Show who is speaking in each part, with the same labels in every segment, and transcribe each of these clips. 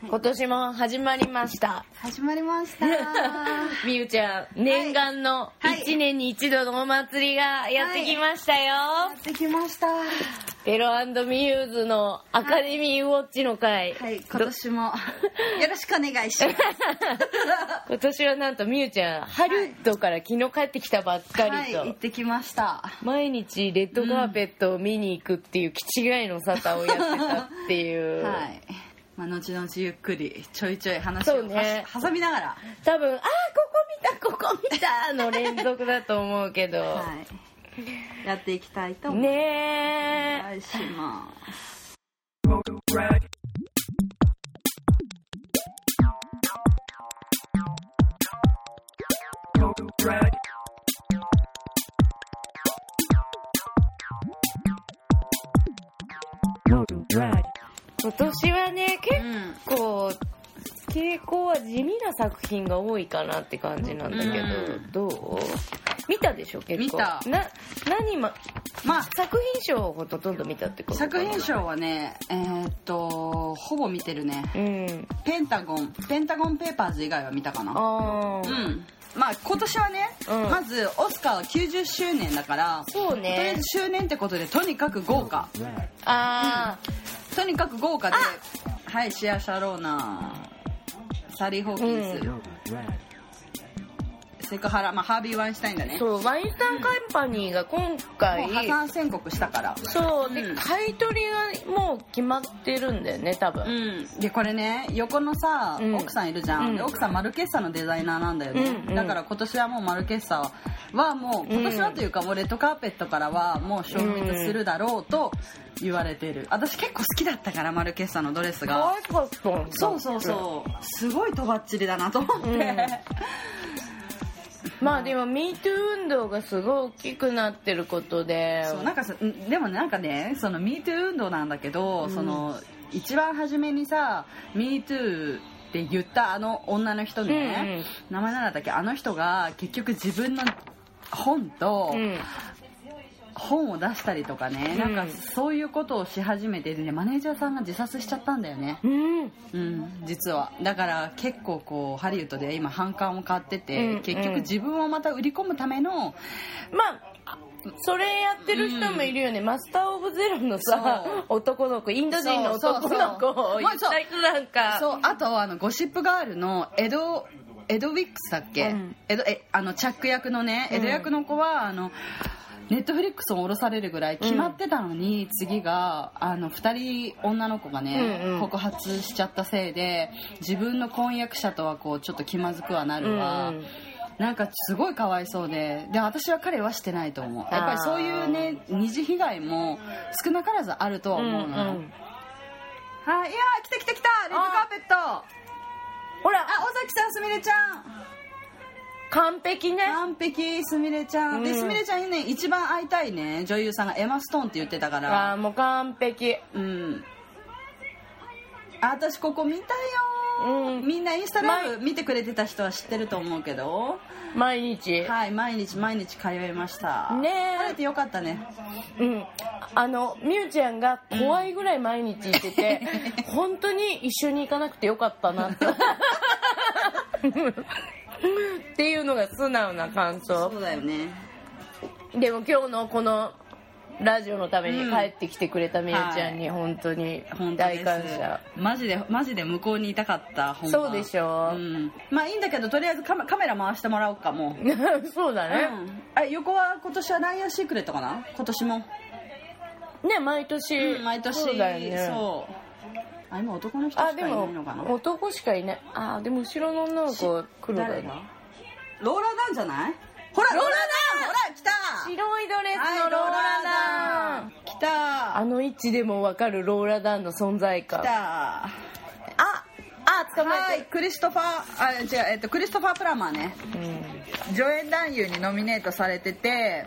Speaker 1: 今年も始まりました。
Speaker 2: 始まりました
Speaker 1: みゆちゃん、念願の
Speaker 2: はい
Speaker 1: 1年に一度のお祭りがやってきましたよ。
Speaker 2: できましたは
Speaker 1: ペロミユーズのアカデミーウォッチの会。
Speaker 2: い今年もよろしくお願いします
Speaker 1: 今年はなんとみゆちゃん、ハリウッドから昨日帰ってきたばっか
Speaker 2: は
Speaker 1: り
Speaker 2: い
Speaker 1: と。
Speaker 2: 行ってきました
Speaker 1: 毎日レッドカーペットを見に行くっていう気違いの沙汰をやってたっていう、
Speaker 2: はいまあ後々ゆっくりちょいちょい話
Speaker 1: そ
Speaker 2: を
Speaker 1: うね
Speaker 2: はし挟みながら
Speaker 1: 多分「あーここ見たここ見た」の連続だと思うけど、
Speaker 2: はいやっていきたいと思いますお
Speaker 1: ねえ
Speaker 2: 願いします
Speaker 1: 今年はね
Speaker 2: う
Speaker 1: 結
Speaker 2: ん
Speaker 1: 構傾向は地味な作品が多いかなって感じなんだけど、
Speaker 2: うん
Speaker 1: どう見たでしょ結構
Speaker 2: 見た
Speaker 1: な何ま
Speaker 2: まあ
Speaker 1: 作品賞をほとんど見たってことか
Speaker 2: 作
Speaker 1: な
Speaker 2: 品賞はねえーっとほぼ見てるね
Speaker 1: うん
Speaker 2: ペンタゴンペンタゴンペーパーズ以外は見たかな
Speaker 1: ああ、
Speaker 2: うんまあ今年はね、
Speaker 1: うん
Speaker 2: まずオスカーは90周年だから
Speaker 1: そうね
Speaker 2: とりあえず周年ってことでとにかく豪華
Speaker 1: ああ、
Speaker 2: とにかく豪華ではいシア・シャローナサリー・ホーキンス、セクハラ、まあ、ハービー・ワインシュタインだね
Speaker 1: そうワインスタンカンパニーが今回、
Speaker 2: もう破産宣告したから
Speaker 1: そうで、
Speaker 2: うん
Speaker 1: 買い取りがもう決まってるんだよね多分、
Speaker 2: うん、でこれね横のさ、
Speaker 1: うん
Speaker 2: 奥さんいるじゃん、
Speaker 1: うん
Speaker 2: で奥さんマルケッサのデザイナーなんだよね、
Speaker 1: うんうん
Speaker 2: だから今年はもうマルケッサはもう今年はというか、もうレッドカーペットからはもう消滅するだろうと言われてる私結構好きだったからマルケッサのドレ
Speaker 1: 可
Speaker 2: スが
Speaker 1: 愛かったんだ
Speaker 2: そうそうそうすごいとばっちりだなと思って、
Speaker 1: うんまあでも MeToo 運動がすごい大きくなってることで
Speaker 2: そうなんかさんでもなんかねその MeToo 運動なんだけど、その一番初めにさ MeToo って言ったあの女の人ね、名前なんだったっけあの人が結局自分の本と
Speaker 1: うん
Speaker 2: 本を出したりとかね、
Speaker 1: うん
Speaker 2: なんかそういうことをし始めてでねマネージャーさんが自殺しちゃったんだよね、
Speaker 1: うん
Speaker 2: うん、実はだから結構こうハリウッドで今反感を買ってて、
Speaker 1: うん
Speaker 2: 結
Speaker 1: うん
Speaker 2: 局自分をまた売り込むための
Speaker 1: まあそれやってる人もいるよね、マスター・オブ・ゼロのさ男の子インド人の男の子
Speaker 2: そうそうそ
Speaker 1: を
Speaker 2: う
Speaker 1: 言った人なんか
Speaker 2: そうあとあのゴシップガールのエドエドウィックスだっけ、
Speaker 1: うん
Speaker 2: エドえあのチャック役のねエド役の子はあのネットフリックスを下ろされるぐらい決まってたのに、次があの2人女の子がね、
Speaker 1: うんうん
Speaker 2: 告発しちゃったせいで自分の婚約者とはこうちょっと気まずくはなるわ、
Speaker 1: うんうん
Speaker 2: なんかすごいかわいそうでで私は彼はしてないと思うやっぱりそういうね二次被害も少なからずあるとは
Speaker 1: うん
Speaker 2: 思うのよ、
Speaker 1: うん
Speaker 2: はい、いやー来て来て来たレッドカーペットあ
Speaker 1: ほら
Speaker 2: 尾崎さんすみれちゃん
Speaker 1: 完璧ね
Speaker 2: 完璧すみれちゃん、
Speaker 1: う
Speaker 2: で
Speaker 1: ん
Speaker 2: すみれちゃんにね一番会いたいね女優さんがエマ・ストーンって言ってたか
Speaker 1: あ
Speaker 2: ら
Speaker 1: ーもう完璧
Speaker 2: うんあ私ここ見たよー、
Speaker 1: うん
Speaker 2: みんなインスタライ
Speaker 1: 前
Speaker 2: ブ見てくれてた人は知ってると思うけど
Speaker 1: 毎日
Speaker 2: はい毎日毎日通いました
Speaker 1: ねえ
Speaker 2: 晴れてよかったね
Speaker 1: うん、あのみゆちゃんが怖いぐらい毎日行って て、本当に一緒に行かなくてよかったなってっていうのが素直な感想
Speaker 2: そうだよね
Speaker 1: でも今日のこのラジオのために帰ってきてくれたみゆちゃんに本当に
Speaker 2: 本当で
Speaker 1: 大
Speaker 2: す
Speaker 1: 感謝、
Speaker 2: マジでマジで向こうにいたかったほんま
Speaker 1: そうでしょ
Speaker 2: うん、まあいいんだけどとりあえずカメカメラ回してもらおうかもう、
Speaker 1: そうだね、
Speaker 2: あ横は今年はライアンシークレットかな今年も、
Speaker 1: ね毎年、
Speaker 2: 毎年
Speaker 1: そうだよね
Speaker 2: そうあ今男の人しか
Speaker 1: あ
Speaker 2: い
Speaker 1: で
Speaker 2: ない
Speaker 1: も
Speaker 2: のかな
Speaker 1: 男しかいないあでも後ろの女の子黒だ
Speaker 2: 誰
Speaker 1: な
Speaker 2: だローラーダンじゃないほらローラーダンほら来た
Speaker 1: 白いドレ
Speaker 2: はい
Speaker 1: スのローラダン
Speaker 2: 来た
Speaker 1: あの位置でもわかるローラダンの存在感。
Speaker 2: 来
Speaker 1: あ、
Speaker 2: た
Speaker 1: あ、捕ま
Speaker 2: は
Speaker 1: え
Speaker 2: いクリストファーあ違う、えっと、クリストファー・プラマーね
Speaker 1: てる。
Speaker 2: 助演男優にノミネートされてて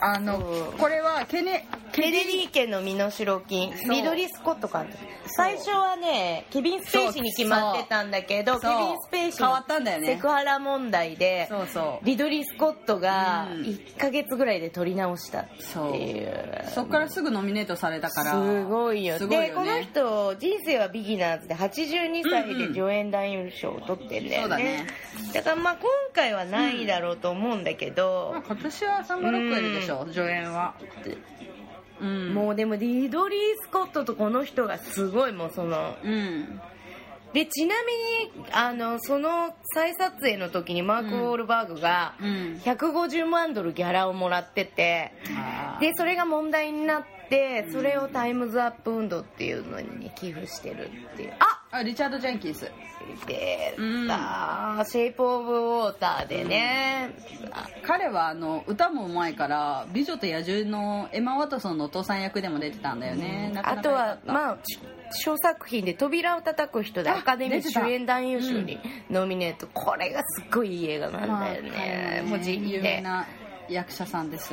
Speaker 2: あの
Speaker 1: そう
Speaker 2: これはケネ
Speaker 1: ケネディ家の身代金
Speaker 2: そう
Speaker 1: リドリー・スコット監督最初はねケビン・スペイシーに決まってたんだけどケ
Speaker 2: そう
Speaker 1: ビン・スペイシー
Speaker 2: 変わ
Speaker 1: の
Speaker 2: ったんだよね
Speaker 1: セクハラ問題で
Speaker 2: そうそう
Speaker 1: リドリー・スコットが
Speaker 2: うん
Speaker 1: 1ヶ月ぐらいで撮り直したっていう
Speaker 2: そっからすぐノミネートされたから
Speaker 1: すごいよ
Speaker 2: すごいよね
Speaker 1: でこの人人生はビギナーズで82歳
Speaker 2: うんう
Speaker 1: で
Speaker 2: ん
Speaker 1: 助演男優賞を取ってんだよね,、
Speaker 2: そうだね
Speaker 1: からまあ今回はないだろうと思うんだけど
Speaker 2: まあ、今年はサンマロックエルでしょ助演はうん
Speaker 1: もうでもリドリー・スコットとこの人がすごいもうその
Speaker 2: うん
Speaker 1: でちなみにあのその再撮影の時にマーク・ウォールバーグが
Speaker 2: うん
Speaker 1: 150万ドルギャラをもらってて
Speaker 2: あー
Speaker 1: でそれが問題になってそれをタイムズアップ運動っていうのに寄付してるっていうあ
Speaker 2: あリチャード・ジェンキンス
Speaker 1: でさ、シェイプ・オブ・ウォーターでね、あ
Speaker 2: 彼はあの歌もうまいから「美女と野獣」のエマ・ワトソンのお父さん役でも出てたんだよね、なか
Speaker 1: あ
Speaker 2: なか
Speaker 1: と
Speaker 2: 良か
Speaker 1: は
Speaker 2: った
Speaker 1: まあち小作品で「扉を叩く人」で
Speaker 2: あ
Speaker 1: アカデミー
Speaker 2: 出てた
Speaker 1: 主演男優賞にノミネート、これがすっごいいい映画なんだよね、もう地味
Speaker 2: 有
Speaker 1: で
Speaker 2: 名な役者さんです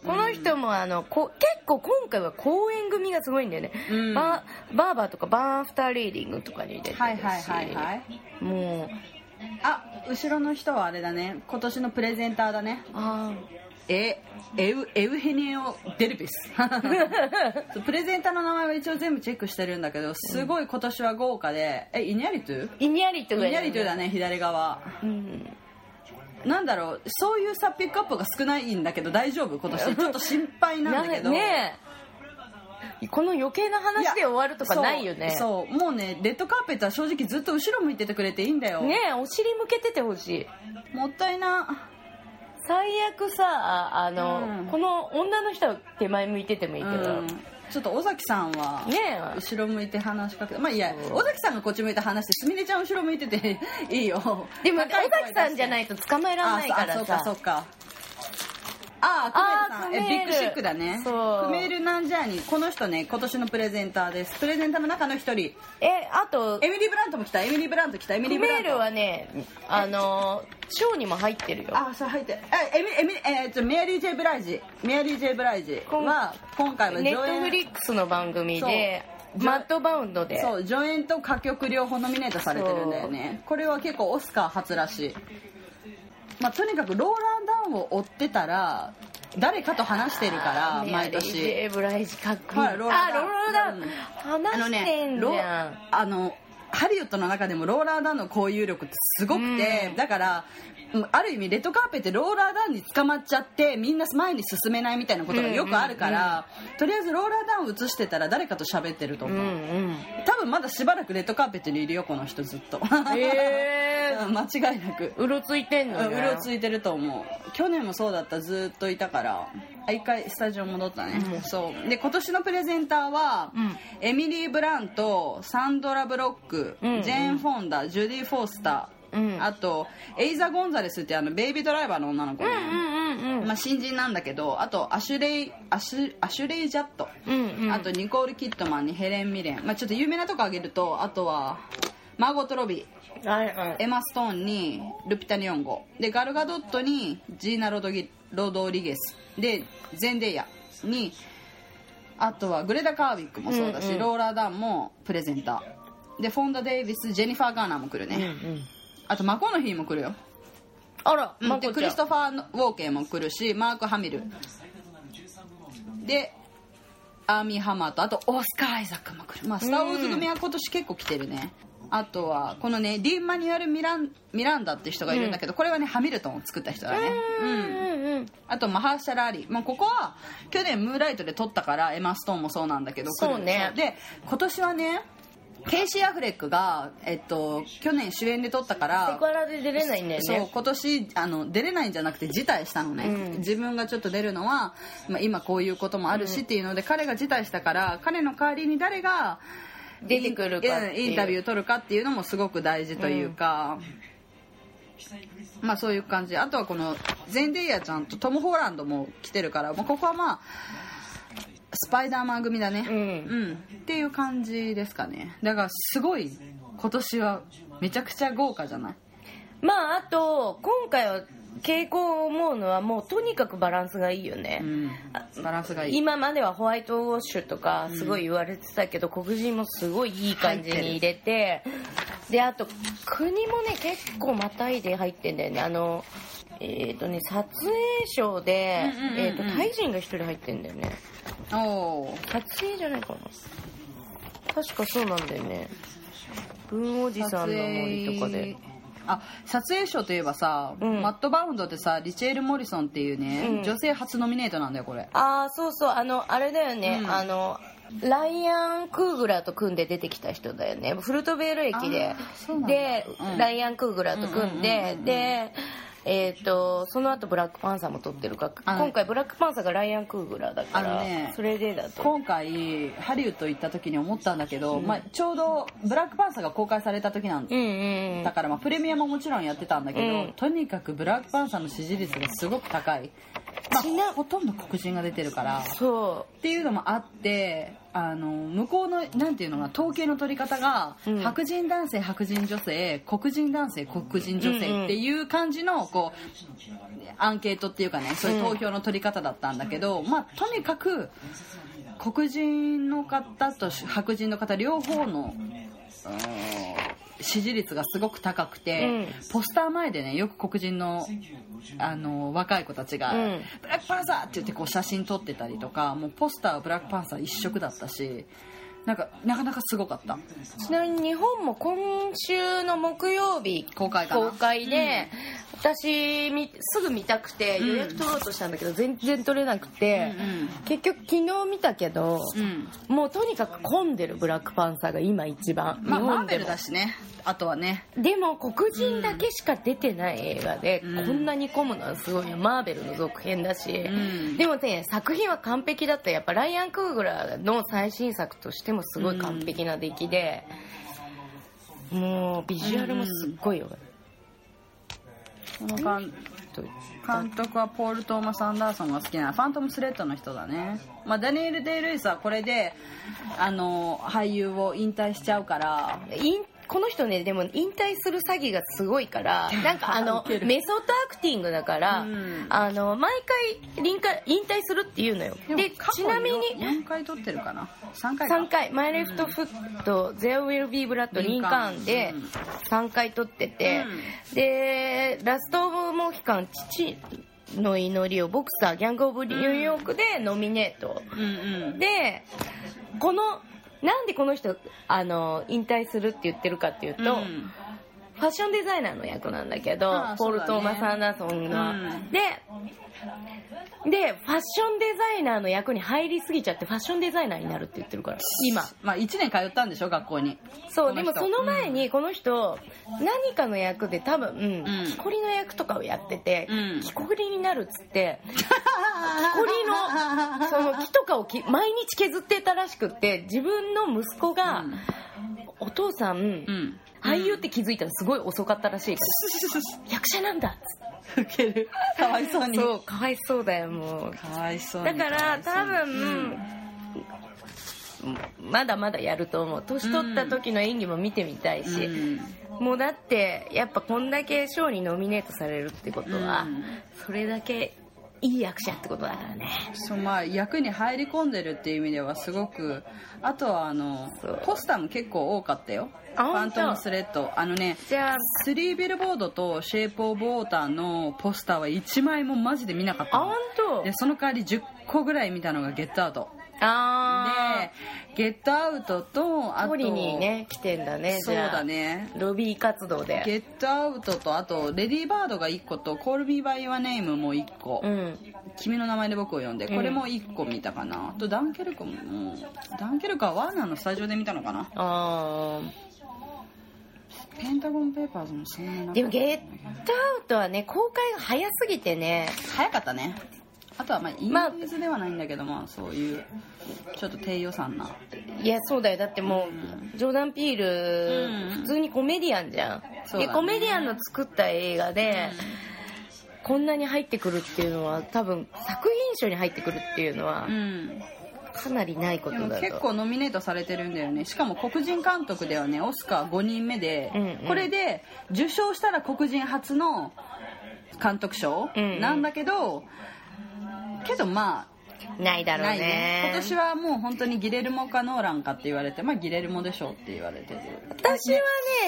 Speaker 1: そうこの人もあのこ結構今回は公演組がすごいんだよね、
Speaker 2: うん
Speaker 1: バーバーバーとかバーンアフターリーディングとかに出てるし、
Speaker 2: はいはいはいはい
Speaker 1: もう
Speaker 2: あ後ろの人はあれだね今年のプレゼンターだね
Speaker 1: あ
Speaker 2: えエウエウヘニオ・ デルビスそうプレゼンターの名前は一応全部チェックしてるんだけどすごい今年は豪華でえイニャリトゥ
Speaker 1: ーイニャリト
Speaker 2: イ
Speaker 1: が
Speaker 2: ニ
Speaker 1: いる
Speaker 2: ャリトゥだね左側
Speaker 1: うん
Speaker 2: なんだろうそういうさピックアップが少ないんだけど大丈夫今 年ちょっと心配なんだけど
Speaker 1: ねえこの余計な話で終わるとかないよね
Speaker 2: そうそうもうねレッドカーペットは正直ずっと後ろ向いててくれていいんだよ、
Speaker 1: ねえお尻向けててほしい
Speaker 2: もったいな
Speaker 1: 最悪さああの、
Speaker 2: うん
Speaker 1: この女の人は手前向いててもいいけど、
Speaker 2: うんちょっと尾崎さんは
Speaker 1: ねえ
Speaker 2: 後ろ向いて話しかけてまあいいや
Speaker 1: そう
Speaker 2: 尾崎さんがこっち向いて話してすみれちゃん後ろ向いてて いいよ
Speaker 1: でも尾
Speaker 2: 高い声
Speaker 1: 崎さんじゃないいと捕まえられないから
Speaker 2: あ
Speaker 1: さ
Speaker 2: そうあそうかそうかああクメールさん
Speaker 1: あークメール
Speaker 2: えビッグシックだね
Speaker 1: そう
Speaker 2: クメールなんじゃにこの人ね今年のプレゼンターですプレゼンターの中の一人
Speaker 1: えあと
Speaker 2: エミリー・ブラントも来たエミリー・ブラント来たエミリ
Speaker 1: ク
Speaker 2: ー・ブ
Speaker 1: メ
Speaker 2: ラン
Speaker 1: ー
Speaker 2: ト
Speaker 1: ルはねあのショーにも入ってるよ
Speaker 2: あ、そう入ってる。え、エミ、エミ、えーっと、メアリー・ジェイ・ブライジ。メアリー・ジェイ・ブライジ
Speaker 1: こん
Speaker 2: は、今回は
Speaker 1: ネットフ
Speaker 2: 演。
Speaker 1: リックスの番組で
Speaker 2: そう
Speaker 1: マッドバウンドで
Speaker 2: そう、上演と歌曲両方ノミネートされてるんだよね。これは結構オスカー初らしい。まあ、とにかくローラン・ダウンを追ってたら、誰かと話してるから、
Speaker 1: ね
Speaker 2: 毎
Speaker 1: レイジ
Speaker 2: 年。
Speaker 1: エブライジかっこいい、
Speaker 2: はいローラー
Speaker 1: あローラーダウン、
Speaker 2: あ
Speaker 1: 話
Speaker 2: の
Speaker 1: して
Speaker 2: ね
Speaker 1: ん、じ
Speaker 2: ロ
Speaker 1: ゃん、
Speaker 2: あの、ハリウッドの中でもローラーダウンの交友力ってすごくて、
Speaker 1: うん
Speaker 2: だから、うんある意味レッドカーペットでローラーダウンに捕まっちゃってみんな前に進めないみたいなことがよくあるから、とりあえずローラーダウン映してたら誰かと喋ってると思
Speaker 1: う
Speaker 2: う、
Speaker 1: ん
Speaker 2: 多分まだしばらくレッドカーペットにいるよこの人ずっと
Speaker 1: うんえ
Speaker 2: うん間違いなく
Speaker 1: ー、うろついてん
Speaker 2: う
Speaker 1: の
Speaker 2: ん
Speaker 1: ね
Speaker 2: うろついてると思う去年もそうだったずっといたからあ一回スタジオ戻ったね、そうで今年のプレゼンターは、
Speaker 1: うん
Speaker 2: エミリー・ブラントサンドラ・ブロック、
Speaker 1: うん
Speaker 2: ジェーン・フォンダジュディ・フォースター、
Speaker 1: うん
Speaker 2: あとエイザ・ゴンザレスってあのベイビードライバーの女の子ね、
Speaker 1: うんうんうん
Speaker 2: まあ、新人なんだけどあとアシュレイアシュアシュレイ・ジャット、
Speaker 1: うんうん
Speaker 2: あとニコール・キットマンにヘレン・ミレン、まあ、ちょっと有名なとこ挙げるとあとはマーゴット・ロビー
Speaker 1: はいはい
Speaker 2: エマ・ストーンにルピタ・ニョンゴでガルガ・ドットにジーナ・ロドギロドリゲスでゼンデイヤにあとはグレタ・カーウィックもそうだし、
Speaker 1: うんうん
Speaker 2: ローラー・ダンもプレゼンターでフォンダ・デイビスジェニファー・ガーナーも来るね、あとマコノヒーも来るよ、
Speaker 1: あら、
Speaker 2: うん
Speaker 1: まこ
Speaker 2: で
Speaker 1: ち
Speaker 2: ク
Speaker 1: ゃ
Speaker 2: リ
Speaker 1: ん
Speaker 2: ストファー・ウォーケーも来るしマーク・ハミルでアーミー・ハマーとあとオスカー・アイザックも来るまあスター・ウォーズ組は今年結構来てるね、あとはこのねディーン・マニュアル・ミランミランダって人がいるんだけど、これはねハミルトンを作った人だねうん
Speaker 1: うんうん
Speaker 2: あとマハーシャラーリー、まあ、ここは去年ムーンライトで撮ったからエマ・ストーンもそうなんだけど来る
Speaker 1: そうね
Speaker 2: で今年はねケイシー・アフレックが、えっと、去年主演で撮ったから
Speaker 1: セクハラで出れないんだよ
Speaker 2: そう
Speaker 1: ね
Speaker 2: 今年あの出れないんじゃなくて辞退したのね、
Speaker 1: うん
Speaker 2: 自分がちょっと出るのは、まあ、今こういうこともあるしっていうので、彼が辞退したから彼の代わりに誰が
Speaker 1: 出てくるかっていう
Speaker 2: インインタビュー取るかっていうのもすごく大事というか、まあそういう感じあとはこのゼンデイヤちゃんとトム・ホーランドも来てるから、まあ、ここはまあスパイダーマン組だね、
Speaker 1: うん
Speaker 2: うん、っていう感じですかねだからすごい今年はめちゃくちゃ豪華じゃない
Speaker 1: まああと今回は傾向を思うのはもうとにかくバランスがいいよね、
Speaker 2: うんバランスがいい
Speaker 1: 今まではホワイトウォッシュとかすごい言われてたけど、黒人もすごいいい感じに入れてであと国もね結構またいで入ってんだよねあのえっ、とね撮影賞で、
Speaker 2: うんうんうんうん
Speaker 1: えー、とタイ人が一人入ってんだよね
Speaker 2: おお
Speaker 1: 撮影じゃないかな確かそうなんだよね文おじさんの森とかで
Speaker 2: あ撮影賞といえばさ、
Speaker 1: うん
Speaker 2: マット・バウンドってさリチェール・モリソンっていうね、
Speaker 1: うん
Speaker 2: 女性初ノミネートなんだよこれ
Speaker 1: ああそうそうあのあれだよね、
Speaker 2: うん
Speaker 1: あのライアン・クーグラーと組んで出てきた人だよねフルトベール駅で
Speaker 2: あーそうなんだ
Speaker 1: で、
Speaker 2: うん
Speaker 1: ライアン・クーグラーと組んで、
Speaker 2: うんうんうんうん
Speaker 1: でえっ、とその後ブラックパンサーも撮ってるか
Speaker 2: あ
Speaker 1: ら
Speaker 2: の
Speaker 1: 今回ブラックパンサーがライアン・クーグラーだか
Speaker 2: あ
Speaker 1: ら、
Speaker 2: のね
Speaker 1: それでだと
Speaker 2: 今回ハリウッド行った時に思ったんだけど、まあ、ちょうど「ブラックパンサー」が公開された時なんだ
Speaker 1: うんうん
Speaker 2: だからまあプレミアももちろんやってたんだけど、
Speaker 1: うん
Speaker 2: とにかくブラックパンサーの支持率がすごく高い、まあ
Speaker 1: ちな
Speaker 2: ほとんど黒人が出てるからっ
Speaker 1: そ
Speaker 2: ていうのもあってあの向こうのなんていうのが統計の取り方が、
Speaker 1: うん
Speaker 2: 白人男性白人女性黒人男性黒人女
Speaker 1: うんうん
Speaker 2: 性っていう感じのこうアンケートっていうかねそういう投票の取り方だったんだけど、まあとにかく黒人の方と白人の方両方の支持率がすごく高くて、
Speaker 1: うん
Speaker 2: ポスター前でねよく黒人のあの若い子たちが「
Speaker 1: うん
Speaker 2: ブラックパンサー!」って言ってこう写真撮ってたりとかもうポスターはブラックパンサー一色だったしなんかなかなかすごかった
Speaker 1: うちなみに日本も今週の木曜日
Speaker 2: 公開かな
Speaker 1: 公開で、私みすぐ見たくて
Speaker 2: うん
Speaker 1: 予約取ろうとしたんだけど、全然取れなくて、
Speaker 2: うん
Speaker 1: 結局昨日見たけど、
Speaker 2: うん
Speaker 1: もうとにかく混んでるブラックパンサーが今一番、
Speaker 2: まあ
Speaker 1: 日
Speaker 2: マ
Speaker 1: 本
Speaker 2: ーベ
Speaker 1: で
Speaker 2: ル
Speaker 1: も
Speaker 2: だしねあとはね
Speaker 1: でも黒人だけしか出てない映画で、
Speaker 2: うん
Speaker 1: こんなに混むのはすごいよマーベルの続編だし、
Speaker 2: ん
Speaker 1: でもね作品は完璧だったやっぱライアン・クーグラーの最新作としてもすごい完璧な出来で、もうビジュアルもすっごいよ、
Speaker 2: この間
Speaker 1: と
Speaker 2: 監督はポール・トーマス・アンダーソンが好きなファントム・スレッドの人だね、まあ、ダニエル・デイ・ルイスはこれであの俳優を引退しちゃうから
Speaker 1: 引この人ねでも引退する詐欺がすごい からなんかあの
Speaker 2: ウケる
Speaker 1: メソッドアクティングだから、
Speaker 2: うん
Speaker 1: あの毎回臨界引退するっていうのよでちなみに
Speaker 2: 4回撮ってるかな3回か
Speaker 1: 3回「マイレフトフット」「There Will Be Blood」「リンカーン」で
Speaker 2: うん
Speaker 1: 3回撮ってて、で「ラスト・オブ・モヒカン」「父の祈りを」「ボクサー」「ギャング・オブ・ニューヨーク」でノミネート、
Speaker 2: うんうん
Speaker 1: でこのなんでこの人あの引退するって言ってるかっていうと、
Speaker 2: うん
Speaker 1: ファッションデザイナーの役なんだけど、
Speaker 2: ああ
Speaker 1: ポール・
Speaker 2: そうだ
Speaker 1: ト
Speaker 2: ね
Speaker 1: ーマス・アンダーソンが、
Speaker 2: うん
Speaker 1: ででファッションデザイナーの役に入りすぎちゃってファッションデザイナーになるって言ってるから今
Speaker 2: まあ1年通ったんでしょ学校に
Speaker 1: そう
Speaker 2: こ
Speaker 1: で
Speaker 2: の人
Speaker 1: もその前にこの人、何かの役で多分、
Speaker 2: ん
Speaker 1: 木こりの役とかをやってて、
Speaker 2: うん
Speaker 1: 木こりになるっつっ て木こりのその木とかをき毎日削ってたらしくって自分の息子が、
Speaker 2: うん
Speaker 1: お父さん、
Speaker 2: うん
Speaker 1: 俳優って気づいたのすごい遅かったらしいから、役者なんだっつっ
Speaker 2: ウケるかわいそう
Speaker 1: て
Speaker 2: に
Speaker 1: そうかわいそうだよもう
Speaker 2: かわいそう
Speaker 1: だ
Speaker 2: に
Speaker 1: から多分、まだまだやると思う年取った時の演技も見てみたいし、
Speaker 2: うん
Speaker 1: もうだってやっぱこんだけ賞にノミネートされるってことは、
Speaker 2: うん
Speaker 1: それだけいい役者ってことだからね
Speaker 2: そうまあ役に入り込んでるっていう意味ではすごくあとはあの
Speaker 1: そう
Speaker 2: ポスターも結構多かったよ「フ
Speaker 1: あ本当
Speaker 2: ァントムスレッド」あのね
Speaker 1: じゃあ
Speaker 2: スリービルボードとシェイプオブウォーターのポスターは1枚もマジで見なかった
Speaker 1: あ
Speaker 2: の
Speaker 1: 本当
Speaker 2: でその代わり10個ぐらい見たのがゲットアウト
Speaker 1: あ
Speaker 2: でゲットアウトとあ
Speaker 1: あ
Speaker 2: と
Speaker 1: 取りにね来てんだね
Speaker 2: そうだね
Speaker 1: じゃあロビー活動で
Speaker 2: ゲットアウトとあとレディーバードが1個とコールビーバイはネームも1個、
Speaker 1: うん
Speaker 2: 君の名前で僕を呼んでこれも1個見たかな、あとダンケルクもうんダンケルクはワーナーのスタジオで見たのかな
Speaker 1: あー
Speaker 2: ペンタゴンペーパーズもそんななかった
Speaker 1: でもゲットアウトはね公開が早すぎてね
Speaker 2: 早かったねあとはまあイン
Speaker 1: まあ
Speaker 2: ディーズではないんだけど、まあ、そういうちょっと低予算ない
Speaker 1: やそうだよだってもうジョーダン・ピール、
Speaker 2: うん
Speaker 1: 普通にコメディアンじゃん、
Speaker 2: そう
Speaker 1: で
Speaker 2: だね
Speaker 1: コメディアンの作った映画で、こんなに入ってくるっていうのは多分作品賞に入ってくるっていうのは
Speaker 2: うん
Speaker 1: かなりないこ
Speaker 2: で
Speaker 1: と
Speaker 2: も
Speaker 1: だと
Speaker 2: 結構ノミネートされてるんだよねしかも黒人監督ではねオスカー5人目で、
Speaker 1: うんうん
Speaker 2: これで受賞したら黒人初の監督賞
Speaker 1: うんうん
Speaker 2: なんだけど、けどま
Speaker 1: ないだ
Speaker 2: あ
Speaker 1: ろ
Speaker 2: な
Speaker 1: う
Speaker 2: い
Speaker 1: ね
Speaker 2: ね今年はもう本当にギレルモかノーランかって言われてまあギレルモでしょうって言われてる
Speaker 1: 私は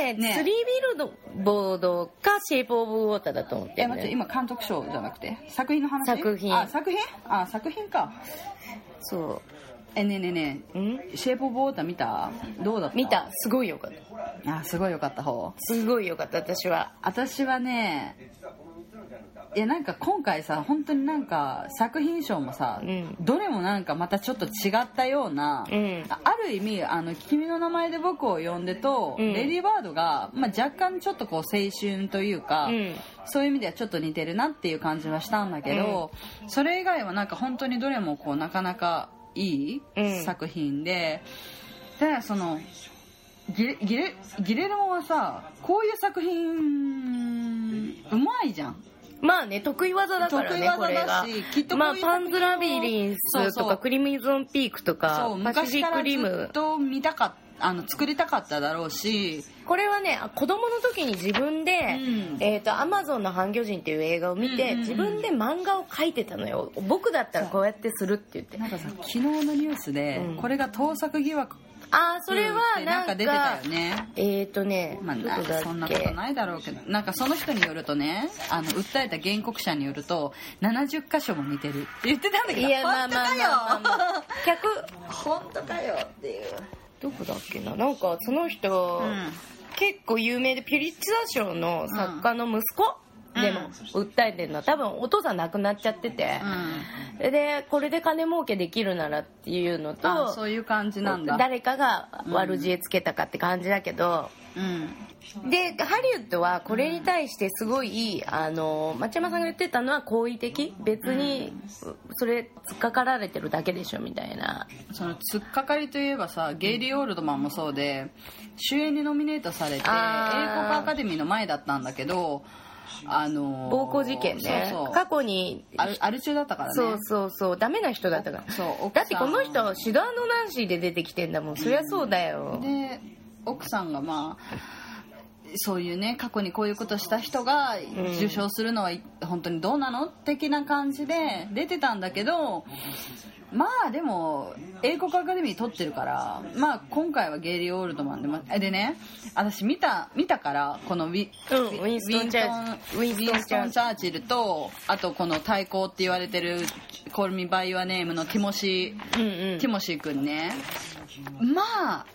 Speaker 1: ね
Speaker 2: ね
Speaker 1: スリービルドボードかシェイプ・オブ・ウォーターだと思って
Speaker 2: え
Speaker 1: る、
Speaker 2: 待って
Speaker 1: ね、
Speaker 2: 今監督賞じゃなくて作品の話
Speaker 1: 作品
Speaker 2: あ作品あ作品か
Speaker 1: そ
Speaker 2: えねえねえね
Speaker 1: ううん
Speaker 2: えシェイプ・オブ・ウォーター見たどうだった
Speaker 1: 見たすごいよかった
Speaker 2: あすごいよかった方
Speaker 1: すごいよかった私は
Speaker 2: 私はねいやなんか今回さ本当になんか作品賞もさ、
Speaker 1: うん
Speaker 2: どれもなんかまたちょっと違ったような、
Speaker 1: うん
Speaker 2: あある意味「あの君の名前で僕を呼んでと」
Speaker 1: うん
Speaker 2: レディー・バード」が、まあ、若干ちょっとこう青春というか、
Speaker 1: うん
Speaker 2: そういう意味ではちょっと似てるなっていう感じはしたんだけど、それ以外はなんか本当にどれもこうなかなかいい
Speaker 1: うん
Speaker 2: 作品で、でそのギレギレギレルモはさこういう作品うまいじゃん
Speaker 1: まあね得意技だからね
Speaker 2: 得意技だし
Speaker 1: これが
Speaker 2: きっとこういう
Speaker 1: まあ
Speaker 2: 作品を
Speaker 1: パンズラビリンスと
Speaker 2: そうそ
Speaker 1: か
Speaker 2: う
Speaker 1: クリミゾンピークとか
Speaker 2: そう
Speaker 1: パシフィ
Speaker 2: 昔
Speaker 1: ッ
Speaker 2: か
Speaker 1: ク
Speaker 2: ら
Speaker 1: リ
Speaker 2: ず
Speaker 1: ム
Speaker 2: っと見たかっあの作りたかっただろうし
Speaker 1: これはねあ子供の時に自分で、
Speaker 2: ん
Speaker 1: えっ、とアマゾンの半魚人っていう映画を見て、
Speaker 2: うんうんうん
Speaker 1: 自分で漫画を描いてたのよ僕だったらこうやってするって言って
Speaker 2: なんかさ昨日のニュースで、
Speaker 1: うん
Speaker 2: これが盗作疑惑
Speaker 1: ああそれ
Speaker 2: っ
Speaker 1: は
Speaker 2: て
Speaker 1: なんか,、
Speaker 2: 出てたよね
Speaker 1: えっ、とね、
Speaker 2: まあ、
Speaker 1: どこだっ
Speaker 2: な
Speaker 1: け
Speaker 2: そんなことないだろうけどなんかその人によるとねあの訴えた原告者によると70箇所も似てるって言ってたんだけど
Speaker 1: いやまあまあまあまあ、まあ、客
Speaker 2: 本当かよ本当かよっていう、
Speaker 1: どこだっけななんかその人、結構有名でピュリッツァ賞の作家の息子、
Speaker 2: うん
Speaker 1: でも訴えてるのは多分お父さん亡くなっちゃってて、でこれで金儲けできるならっていうの
Speaker 2: あ
Speaker 1: と
Speaker 2: そういう感じなんだ
Speaker 1: 誰かが悪知恵つけたかって感じだけど、
Speaker 2: うん
Speaker 1: でハリウッドはこれに対してすごい、あの町山さんが言ってたのは好意的別にそれ突っかかられてるだけでしょみたいな
Speaker 2: その突っかかりといえばさゲイリー・オールドマンもそうで主演にノミネートされて英国
Speaker 1: あー
Speaker 2: アカデミーの前だったんだけどあのー
Speaker 1: 暴行事件ね
Speaker 2: そうそう
Speaker 1: 過去に
Speaker 2: あるある中だったからね
Speaker 1: そうそうそうダメな人だったから
Speaker 2: そう奥さん
Speaker 1: だってこの人シドアノナンシーで出てきてんだもんそりゃそうだよ、
Speaker 2: で奥さんがまあそういうね過去にこういうことした人が受賞するのは本当にどうなの的な感じで出てたんだけどまあでも英国アカデミー取ってるからまあ今回はゲイリー・オールドマンでまでね私見た見たからこのウィ,ウ
Speaker 1: う
Speaker 2: ィ、
Speaker 1: んウィンストンチャー
Speaker 2: ウィンストン・ウィンストン
Speaker 1: チ
Speaker 2: チャーチルとあとこの対抗って言われてる「コール・ミ・バイ・ユア・ネーム」のティモシー
Speaker 1: うんうん
Speaker 2: ティモシーくんねまあ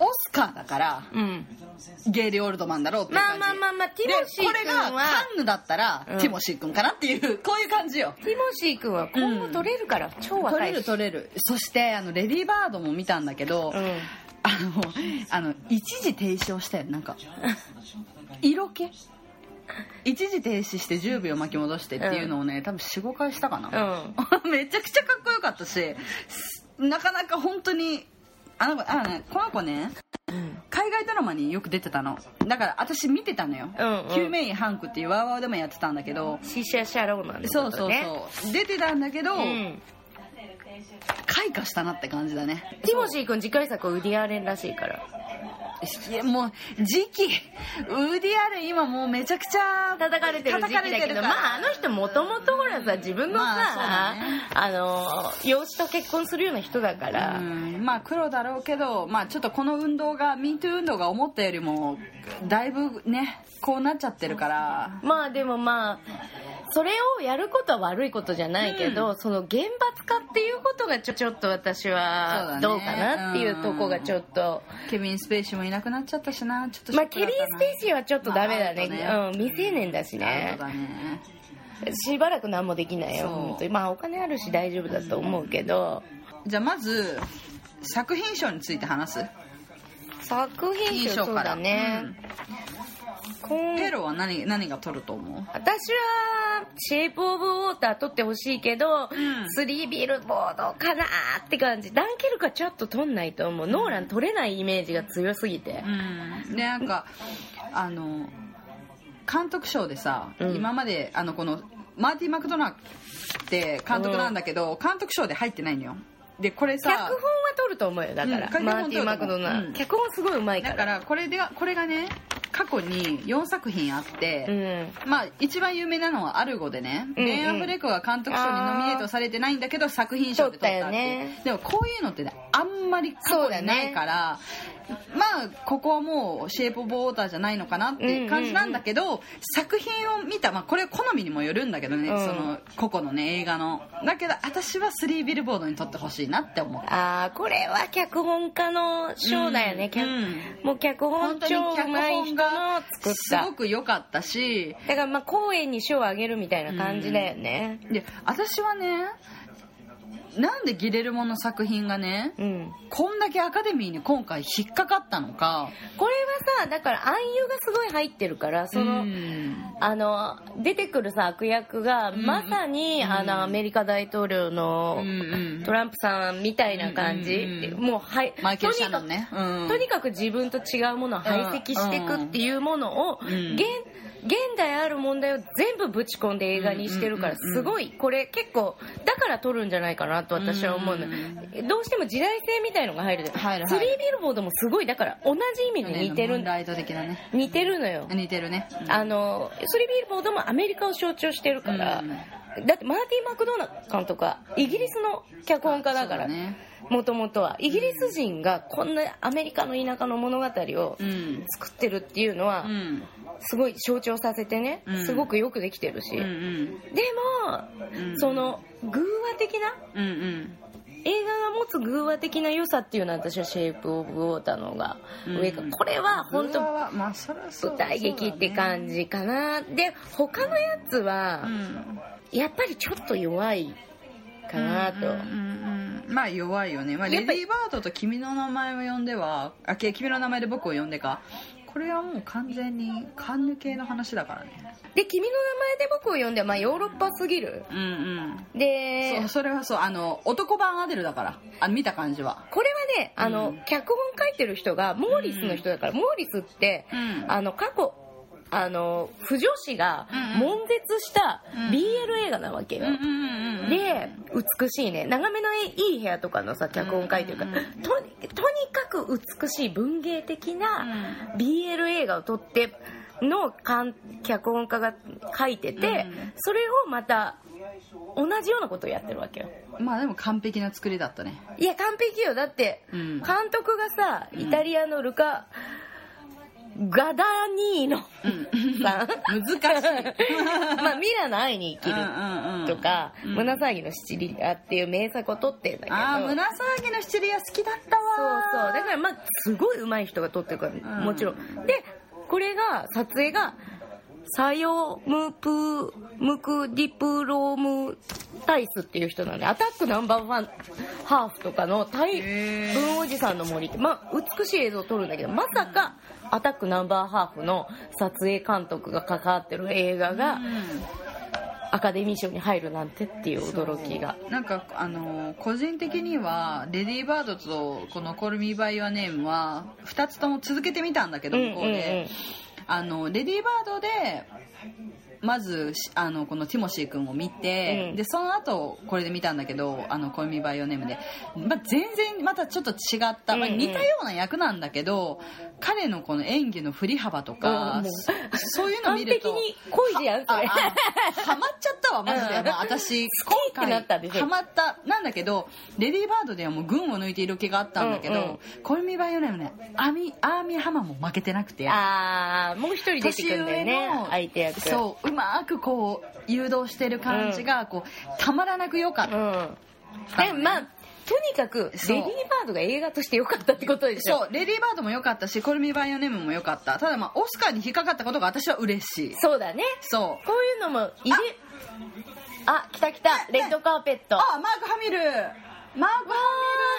Speaker 2: オスカーだから
Speaker 1: うん
Speaker 2: ゲイリー・オールドマンだろうっていう
Speaker 1: まあ
Speaker 2: 感じ
Speaker 1: まあまあまあティ
Speaker 2: で
Speaker 1: モシー
Speaker 2: これ
Speaker 1: 君
Speaker 2: が
Speaker 1: は
Speaker 2: カンヌだったら、
Speaker 1: うん
Speaker 2: ティモシーくんかなっていうこういう感じよ
Speaker 1: ティモシー君は今後取れるから、超
Speaker 2: 取
Speaker 1: 若
Speaker 2: れ
Speaker 1: い
Speaker 2: る
Speaker 1: し
Speaker 2: 取れるそしてあのレディー・バードも見たんだけど、
Speaker 1: うん
Speaker 2: あのあの一時停止をしたよなんか色気一時停止して10秒巻き戻してっていうのをね多分45回したかな、
Speaker 1: うん、
Speaker 2: めちゃくちゃかっこよかったしすなかなか本当にあの子あのねこの子ね海外ドラマによく出てたのだから私見てたのよ
Speaker 1: うんうん
Speaker 2: 「救命医ハンク」っていうワーワーでもやってたんだけど
Speaker 1: シシャシャローなんてこ
Speaker 2: そうそ
Speaker 1: と
Speaker 2: う
Speaker 1: ね
Speaker 2: そう出てたんだけど
Speaker 1: うん、
Speaker 2: 開花したなって感じだね
Speaker 1: ティモシー君次回作はウディアーレンらしいから
Speaker 2: いやもう時期ウーディアル今もうめちゃくちゃ
Speaker 1: 叩かれてる時期だ
Speaker 2: 叩かれ
Speaker 1: け
Speaker 2: て
Speaker 1: ど
Speaker 2: るから
Speaker 1: まああの人もともとほらさ自分のさ、
Speaker 2: ま
Speaker 1: あ
Speaker 2: あそうだね
Speaker 1: の養子と結婚するような人だから、
Speaker 2: うんまあ黒だろうけど、まあ、ちょっとこの運動が MeToo 運動が思ったよりもだいぶねこうなっちゃってるから
Speaker 1: まあでもまあそれをやることは悪いことじゃないけど、その厳罰化っていうことがちょちょっと私
Speaker 2: そうだ
Speaker 1: は
Speaker 2: ね
Speaker 1: どうかなっていうとこがちょっと、
Speaker 2: ケビン・スペーシーもいなくなっちゃったしなちょっと
Speaker 1: まあケリー・スペーシーはちょっとダメだね,、
Speaker 2: まあ
Speaker 1: うん、未成年だし
Speaker 2: ーね
Speaker 1: ね
Speaker 2: そうだね
Speaker 1: しばらく何もできないよ
Speaker 2: そう
Speaker 1: 本当にまあお金あるし大丈夫だと思うけど、
Speaker 2: じゃあまず作品賞について話す
Speaker 1: 作品賞そうだね、今
Speaker 2: ペロは何何が取ると思う
Speaker 1: 私はシェイプ・オブ・ウォーター取ってほしいけど、
Speaker 2: ん
Speaker 1: スリービルボードかなーって感じダンケルクはちょっと取んないと思うノーラン取れないイメージが強すぎて、
Speaker 2: うん、でなんかあの監督賞でさ、
Speaker 1: うん
Speaker 2: 今まであのこのマーティー・マクドナーって監督なんだけど、監督賞で入ってないのよでこれ
Speaker 1: 脚本
Speaker 2: さ
Speaker 1: は取ると思うよだから、
Speaker 2: うん脚本
Speaker 1: マーティー・マクドナー、
Speaker 2: うん
Speaker 1: 脚本すごいうまいか
Speaker 2: だ
Speaker 1: ら
Speaker 2: からこれでこれがね過去に4作品あって、
Speaker 1: うん
Speaker 2: まあ、一番有名なのは「アルゴ」でね、
Speaker 1: うんうん
Speaker 2: ベン・アフレックが監督賞にノミネートされてないんだけど作品賞で取ったっていう
Speaker 1: 取ったよね
Speaker 2: でもこういうのってねあんまり過去にないから、まあここはもう「シェイプ・オブ・ウォーター」じゃないのかなって感じなんだけど、作品を見た、まあ、これ好みにもよるんだけどね、
Speaker 1: うん
Speaker 2: その個々のね映画のだけど私は「スリービルボード」に取ってほしいなって思う
Speaker 1: ああこれは脚本家の賞だよね、
Speaker 2: うん
Speaker 1: 脚
Speaker 2: うん
Speaker 1: もう脚本
Speaker 2: 本当に
Speaker 1: 超う
Speaker 2: 脚
Speaker 1: まい人の
Speaker 2: 本が
Speaker 1: 作っ
Speaker 2: す
Speaker 1: た
Speaker 2: ごく良かったし
Speaker 1: だからまあ公演に賞をあげるみたいな感じだよね
Speaker 2: で私はねなんでギレルモの作品がね
Speaker 1: うん
Speaker 2: こんだけアカデミーに今回引っかかったのか
Speaker 1: これはさだから暗喩がすごい入ってるからその、
Speaker 2: うん
Speaker 1: あの出てくるさ悪役が
Speaker 2: ん
Speaker 1: まさに、あのアメリカ大統領の
Speaker 2: うんうん
Speaker 1: トランプさんみたいな感じ、
Speaker 2: うんうんうん
Speaker 1: もうはい
Speaker 2: マイケル・シャノンね、う
Speaker 1: とにかくとにか
Speaker 2: ん
Speaker 1: く自分と違うものを排斥していくっていうものを、
Speaker 2: んうん
Speaker 1: 現現代ある問題を全部ぶち込んで映画にしてるから
Speaker 2: うんうんうん
Speaker 1: すごいこれ結構だから撮るんじゃないかなと私は思うのどうしても時代性みたいのが入るじゃん
Speaker 2: 入る
Speaker 1: スリ
Speaker 2: 入
Speaker 1: ー
Speaker 2: る
Speaker 1: ビルボードもすごいだから同じ意味で似てるんだ
Speaker 2: ライト的だね
Speaker 1: 似てるのよ
Speaker 2: 似てるね
Speaker 1: あのスリービルボードもアメリカを象徴してるから、
Speaker 2: うん
Speaker 1: だってマーティン・マクドナ監督はイギリスの脚本家だから
Speaker 2: そうだね
Speaker 1: もともとはイギリス人がこんなアメリカの田舎の物語を
Speaker 2: うん
Speaker 1: 作ってるっていうのは
Speaker 2: うん
Speaker 1: すごい象徴させてね
Speaker 2: うん
Speaker 1: すごくよくできてるし、
Speaker 2: うんう
Speaker 1: で
Speaker 2: ん
Speaker 1: も、
Speaker 2: うん
Speaker 1: その偶話的な
Speaker 2: うんうん
Speaker 1: 映画が持つ偶話的な良さっていうのは私は「シェイプ・オブ・ウォーター」の方が上か、
Speaker 2: うん
Speaker 1: これは本当
Speaker 2: うわまあそりゃそう
Speaker 1: 舞台劇って感じかな、で他のやつは、
Speaker 2: そうだねうん
Speaker 1: やっぱりちょっと弱いかなと、
Speaker 2: うんうんうんまあ弱いよね、まあ、レディーバードと「君の名前を呼んでは」あけ君の名前で僕を呼んで」かこれはもう完全にカンヌ系の話だからね
Speaker 1: で「君の名前で僕を呼んで」まあヨーロッパすぎる
Speaker 2: うんうん
Speaker 1: で
Speaker 2: そうそれはそうあの男版アデルだからあ見た感じは
Speaker 1: これはねあの、脚本書いてる人がモーリスの人だから、モーリスって、
Speaker 2: うん
Speaker 1: あの過去あの不女子が
Speaker 2: うんうん
Speaker 1: 悶絶した BL 映画なわけよ、
Speaker 2: うんうんうん
Speaker 1: で美しいね眺めのいい部屋とかのさ脚本書いてるから、
Speaker 2: うんうん
Speaker 1: ととにかく美しい文芸的な BL 映画を撮っての監脚本家が書いてて、
Speaker 2: うん
Speaker 1: それをまた同じようなことをやってるわけよ
Speaker 2: まあでも完璧な作りだったね
Speaker 1: いや完璧よだって
Speaker 2: うん
Speaker 1: 監督がさイタリアのルカ・ガダニーノさ ん、
Speaker 2: 難しい
Speaker 1: まあミラの愛に生きる
Speaker 2: うんうんうん
Speaker 1: とか「
Speaker 2: うん
Speaker 1: 胸騒ぎのシチリア」っていう名作を撮ってんだけど
Speaker 2: ああ胸騒ぎのシチリア好きだった
Speaker 1: そう
Speaker 2: わ
Speaker 1: そうだからまあすごい上手い人が撮ってるから、
Speaker 2: うん
Speaker 1: もちろんでこれが撮影がサヨムプムクディプロムタイスっていう人なんでアタックナンバーワンハーフとかの大
Speaker 2: へー
Speaker 1: 文おじさんの森って、まあ、美しい映像を撮るんだけどまさかアタックナンバーハーフの撮影監督が関わってる映画が
Speaker 2: うん
Speaker 1: アカデミー賞に入るなんてっていう驚きが
Speaker 2: なんかあの個人的にはレディーバードとこの「コルミーバイアネームは2つとも続けてみたんだけど
Speaker 1: うん
Speaker 2: 向こうで、あのレディーバードでまずしあのこのティモシー君を見て、
Speaker 1: うん
Speaker 2: でその後これで見たんだけど「あのコルミーバイオネームで」まあ、全然またちょっと違った、まあ、
Speaker 1: うんうん
Speaker 2: 似たような役なんだけど、彼のこの演技の振り幅とか、
Speaker 1: うんもう
Speaker 2: そそういうの見ると
Speaker 1: 完璧に恋じゃんそ
Speaker 2: ああ
Speaker 1: れ
Speaker 2: ハマっちゃったわマジで、
Speaker 1: うん
Speaker 2: まあ私
Speaker 1: 好きってなったでしょ
Speaker 2: ハマったなんだけどレディーバードではもう群を抜いて色気があったんだけど、コルミーバイオネームねアーミーアーミーハマも負けてなくて
Speaker 1: あーもう一人出てくるんだよ
Speaker 2: 年上
Speaker 1: ね
Speaker 2: の
Speaker 1: 相手役
Speaker 2: そううまくこう誘導してる感じがこうたまらなく良かっ
Speaker 1: う
Speaker 2: た、
Speaker 1: んでもまあとにかくレデ
Speaker 2: そう
Speaker 1: ィー・バードが映画として良かったってことでしょ
Speaker 2: そうレディーバードも良かったしコルミーバイオネームも良かったただまあオスカーに引っかかったことが私は嬉しい
Speaker 1: そうだね
Speaker 2: そう
Speaker 1: こういうのも入れあ来た来たレッドカーペット
Speaker 2: あマーク・ハミルマーク・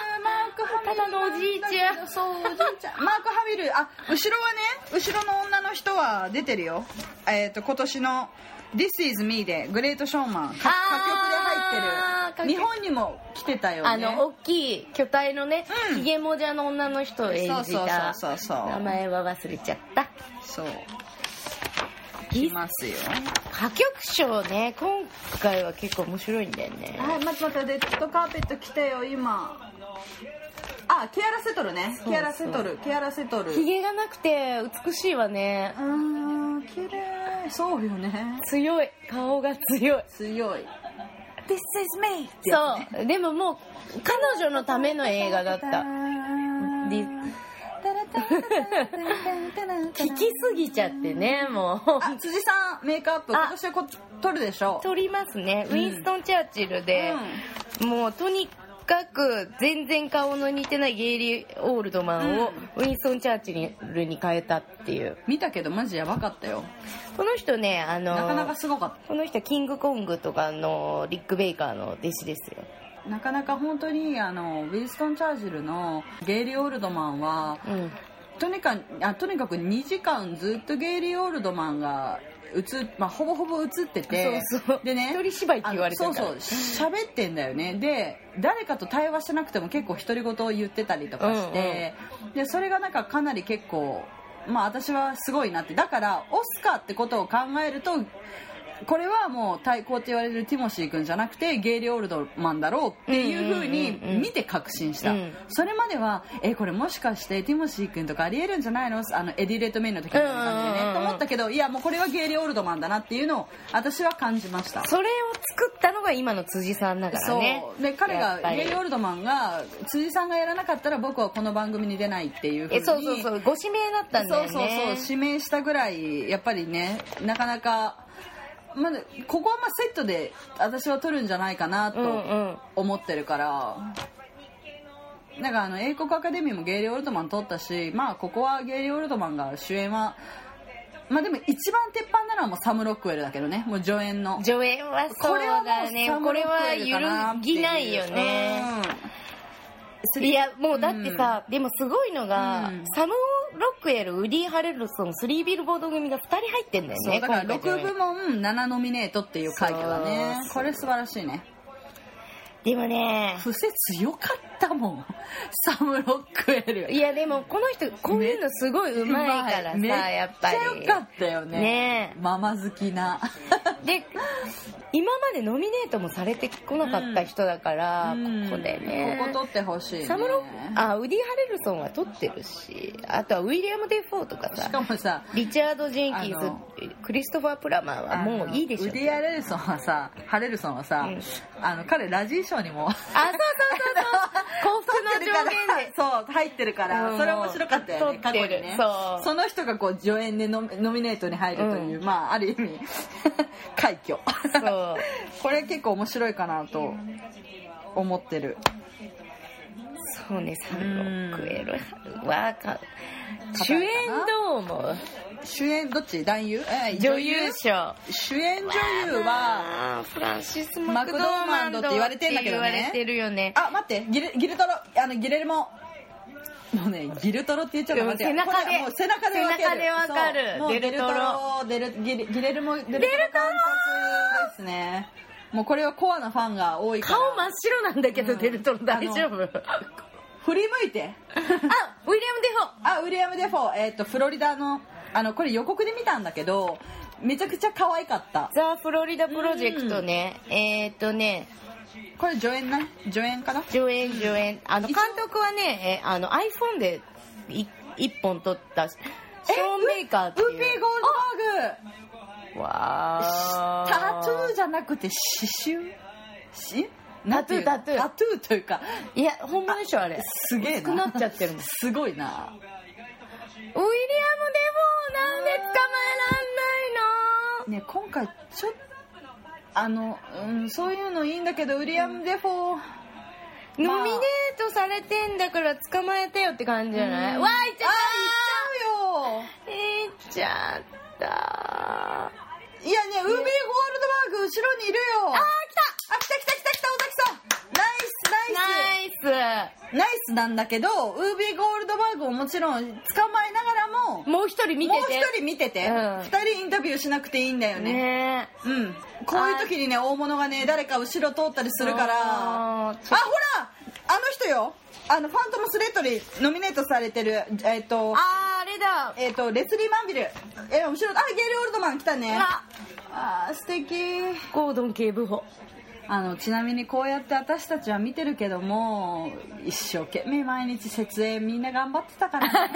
Speaker 2: ハミルマーク・ハミル
Speaker 1: ただのおじいちゃん
Speaker 2: そうおじいちゃんマーク・ハミルあ後ろはね後ろの女の人は出てるよえっ、と今年の「This is me」でグレート・ショーマン歌曲で
Speaker 1: あ
Speaker 2: 入
Speaker 1: ー
Speaker 2: ってる日本にも来てたよね
Speaker 1: あの大きい巨体のね
Speaker 2: うん
Speaker 1: ひげもじゃの女の人を演じた
Speaker 2: そうそうそうそうそう
Speaker 1: 名前は忘れちゃった
Speaker 2: そう
Speaker 1: ギ
Speaker 2: いますよ
Speaker 1: 歌曲賞ね今回は結構面白いんだよね
Speaker 2: い待って待ってレッドカーペット来たよ今あケアラセトルねケアラセトルケアラセトル
Speaker 1: ひげがなくて美しいわね
Speaker 2: あー綺麗そうよね
Speaker 1: 強い顔が強い
Speaker 2: 強い This is me ってやつね
Speaker 1: そうでももう彼女のための映画だったディ聞きすぎちゃってねもう
Speaker 2: あ辻さんメイクアップ
Speaker 1: あ
Speaker 2: 今年はこ撮るでしょ
Speaker 1: 撮りますね、ウィンストン・チャーチルで、もうとにかく全然顔の似てないゲイリー・オールドマンをウィンストン・チャーチルに変えたっていう
Speaker 2: 見たけどマジやばかったよ
Speaker 1: この人ねあの
Speaker 2: なかなかすごかっ
Speaker 1: この人はキングコングとかのリック・ベイカーの弟子ですよ
Speaker 2: たなかなか本当にあのウィンストン・チャージルのゲイリー・オールドマンは
Speaker 1: うん
Speaker 2: とにかくあとにかく2時間ずっとゲイリー・オールドマンが映っ、まあ、ほぼほぼ映ってて
Speaker 1: そうそう
Speaker 2: でね
Speaker 1: 一人芝居って言われてた
Speaker 2: あのそうそう喋ってんだよねで誰かと対話しなくても結構独り言を言ってたりとかして、でそれがなんかかなり結構まあ私はすごいなってだからオスカーってことを考えるとこれはもう対抗って言われるティモシー君じゃなくてゲイリー・オールドマンだろうっていうふうに
Speaker 1: うんうんうんうん
Speaker 2: 見て確信した、
Speaker 1: うん
Speaker 2: それまではえこれもしかしてティモシー君とかありえるんじゃないのあのエディ・レッドメインの時みたいな感じで
Speaker 1: うんうんうんう
Speaker 2: ね
Speaker 1: ん
Speaker 2: と思ったけどいやもうこれはゲイリー・オールドマンだなっていうのを私は感じました
Speaker 1: それを作ったのが今の辻さんだからね
Speaker 2: そうで彼
Speaker 1: やっぱ
Speaker 2: が
Speaker 1: り
Speaker 2: ゲイリー・オールドマンが辻さんがやらなかったら僕はこの番組に出ないっていうふう
Speaker 1: え
Speaker 2: に
Speaker 1: そうそうそうご指名だったんだよね
Speaker 2: そうそうそう指名したぐらいやっぱりねなかなか、まあ、ここはまあセットで私は取るんじゃないかな
Speaker 1: うんう
Speaker 2: と
Speaker 1: ん
Speaker 2: 思ってるから、なんかあの英国アカデミーもゲイリー・オールドマン取ったしまあここはゲイリー・オールドマンが主演はまあでも一番鉄板なのはもうサム・ロックウェルだけどねもう助演の。
Speaker 1: 助演はそ
Speaker 2: こ
Speaker 1: う
Speaker 2: れは
Speaker 1: だね
Speaker 2: もう
Speaker 1: これは揺るぎないよね、いやもうだってさ、でもすごいのが、
Speaker 2: うん
Speaker 1: サム・ロックやるウディ・ハレルソンスリービルボード組が2人入ってんだよ
Speaker 2: そう
Speaker 1: ね
Speaker 2: だから
Speaker 1: 今回
Speaker 2: 6部門7ノミネートっていう快挙だね
Speaker 1: そう
Speaker 2: これ素晴らしいね
Speaker 1: でもね
Speaker 2: 伏せ強かったもん サム・ロックウェル
Speaker 1: いやでもこの人こういうのすごいうまいからさ
Speaker 2: めっ
Speaker 1: やっぱり
Speaker 2: めっちゃ良かったよね
Speaker 1: ね
Speaker 2: ママ好きな
Speaker 1: で今までノミネートもされてこなかった人だから、ここでね
Speaker 2: ここ取ってほしいね
Speaker 1: サムロあウディ・ハレルソンは撮ってるしあとはウィリアム・デ・フォーとか
Speaker 2: し
Speaker 1: さ
Speaker 2: かもさ
Speaker 1: リチャード・ジェンキン
Speaker 2: あの
Speaker 1: ズクリストファー・プラマーはもういいでしょ
Speaker 2: あのウディ・アレルソンはさハレルソンはさ、あの彼ラジーショーにも
Speaker 1: あ、そうそうそうそう。幸福の上限で。
Speaker 2: そう入ってるから、
Speaker 1: うん
Speaker 2: それ面白かったよね
Speaker 1: 撮
Speaker 2: 過
Speaker 1: っ
Speaker 2: 去
Speaker 1: てる
Speaker 2: にね
Speaker 1: そう
Speaker 2: の人がこう助演でノミノミネートに入るという、まあある意味 快挙
Speaker 1: そう
Speaker 2: これ結構面白いかなと思ってる
Speaker 1: そうね、サンロックエロはか、主演どう思う
Speaker 2: 主演どっち男優え
Speaker 1: 女優賞。
Speaker 2: 主演女優は
Speaker 1: あーフランシス・マ
Speaker 2: マ
Speaker 1: ク
Speaker 2: ク
Speaker 1: ド
Speaker 2: ド
Speaker 1: ー
Speaker 2: ー
Speaker 1: マ
Speaker 2: マ
Speaker 1: ン
Speaker 2: ン
Speaker 1: ド
Speaker 2: ド
Speaker 1: っ
Speaker 2: ってて
Speaker 1: 言
Speaker 2: 言
Speaker 1: わ
Speaker 2: わ
Speaker 1: れ
Speaker 2: れ
Speaker 1: て
Speaker 2: てんだけどね
Speaker 1: るよね。
Speaker 2: あ待ってギルギルトロあのギレルモもうねギルトロって言っちゃうの間違え
Speaker 1: でも背中で
Speaker 2: これもう背中でわかる
Speaker 1: 背中でわかる
Speaker 2: そうもう
Speaker 1: デルトロ
Speaker 2: デルトロデルギレギレルモデルトロ監督ですねもうこれはコアなファンが多いから
Speaker 1: 顔真っ白なんだけど、
Speaker 2: うん
Speaker 1: デルトロ大丈夫あ、ウィリアム・デ
Speaker 2: 振り向いてあウィリアム・デフォー、えっとフロリダのあのこれ予告で見たんだけどめちゃくちゃ可愛かった
Speaker 1: フォザ・フロリダ・プロジェクトね。えーっとね、
Speaker 2: これ助演ね助演かな
Speaker 1: 上演上演あの監督はねえあの iPhone でい一本撮ったショーン・ベイカーっ
Speaker 2: ウー
Speaker 1: て
Speaker 2: ピー・ゴール
Speaker 1: いう
Speaker 2: ドバーグ
Speaker 1: わー
Speaker 2: タトゥーじゃなくて刺繍しなんていう
Speaker 1: タトゥータ
Speaker 2: タトゥーというか
Speaker 1: いや本物でしょあれ
Speaker 2: すげえ
Speaker 1: 薄くな
Speaker 2: な
Speaker 1: っちゃってるも んウィ
Speaker 2: すごいな
Speaker 1: リアム・デ・フォーなんで捕まえらんないの
Speaker 2: ね今回ちょっとあの、うん、そういうのいいんだけどウィリアム・デフォーまあ
Speaker 1: ノミネートされてんだから捕まえてよって感じじゃない
Speaker 2: うん
Speaker 1: わーいっちゃっ
Speaker 2: あー行っちゃうよ
Speaker 1: たいっちゃった
Speaker 2: いやね、ウービーゴールドバーグ後ろにいるよ。あー、来た。あ、来た来た来た来た、尾崎さん。ナイス、ナイス。
Speaker 1: ナイス
Speaker 2: ナイスなんだけど、ウービーゴールドバーグをもちろん捕まえながらも、
Speaker 1: もう一人見てて
Speaker 2: もう一人見てて、二、
Speaker 1: うん
Speaker 2: 人インタビューしなくていいんだよね。
Speaker 1: ねえ
Speaker 2: うん。こういう時にね、大物がね、誰か後ろ通ったりするから。あ、
Speaker 1: あー
Speaker 2: ほらあの人よあの、ファントムスレッドにノミネートされてる、えっ、と、
Speaker 1: あーあれだ
Speaker 2: えっ、と、レスリー・マンビル。え、後ろ、あ、ゲイリー・オールドマン来たね。
Speaker 1: あ
Speaker 2: あー、素敵。
Speaker 1: ゴードン警部補
Speaker 2: ああのちなみにこうやって私たちは見てるけども一生懸命毎日設営みんな頑張ってたからね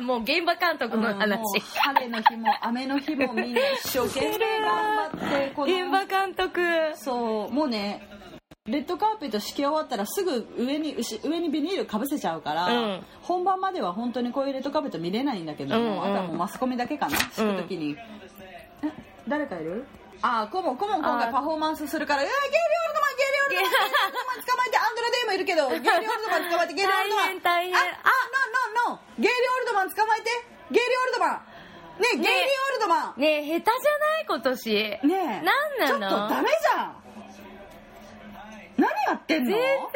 Speaker 1: もう現場監督の
Speaker 2: うん
Speaker 1: 話
Speaker 2: もう晴れの日も雨の日もみんな一生懸命頑張ってこの
Speaker 1: 現場監督
Speaker 2: そうもうねレッドカーペット敷き終わったらすぐ上にうし上にビニールかぶせちゃうから、
Speaker 1: うん
Speaker 2: 本番までは本当にこういうレッドカーペット見れないんだけども、
Speaker 1: うんうん
Speaker 2: あとはもうマスコミだけかな敷く時に、え誰かいるああコモンコモン今
Speaker 1: あ
Speaker 2: 回
Speaker 1: ー
Speaker 2: パフォーマンスするから「うわゲイリー・オールドマンゲイリー・オールドマン」捕まえてアンドレ・デイもいる けどゲイリー・オールドマン捕まえてゲイリー・オールドマン
Speaker 1: 大変大変
Speaker 2: あノンノンノンゲイリー・オールドマン捕まえてゲイリー・オールドマンねえゲイリー・オールドマン
Speaker 1: ねえ下手じゃない今年
Speaker 2: ね
Speaker 1: なんな
Speaker 2: えちょっと
Speaker 1: の
Speaker 2: ダメじゃん何やってん
Speaker 1: 全
Speaker 2: の
Speaker 1: 然ダメ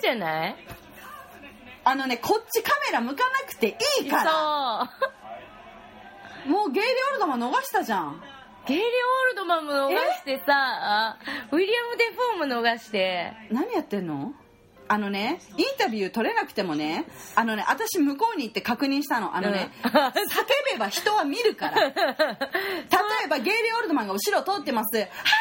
Speaker 1: じゃない
Speaker 2: あのねこっちカメラ向かなくていいから
Speaker 1: そう
Speaker 2: もうゲイリー・オールドマン逃したじゃん
Speaker 1: ゲイリー・オールドマンも逃してさあウィリアム・デ・フォーも逃して
Speaker 2: 何やってんのあのねインタビュー取れなくてもねあのね私向こうに行って確認したのあのね、
Speaker 1: うん
Speaker 2: 叫べば人は見る から例えばゲイリー・オールドマンが後ろ通ってます「はいゲイリー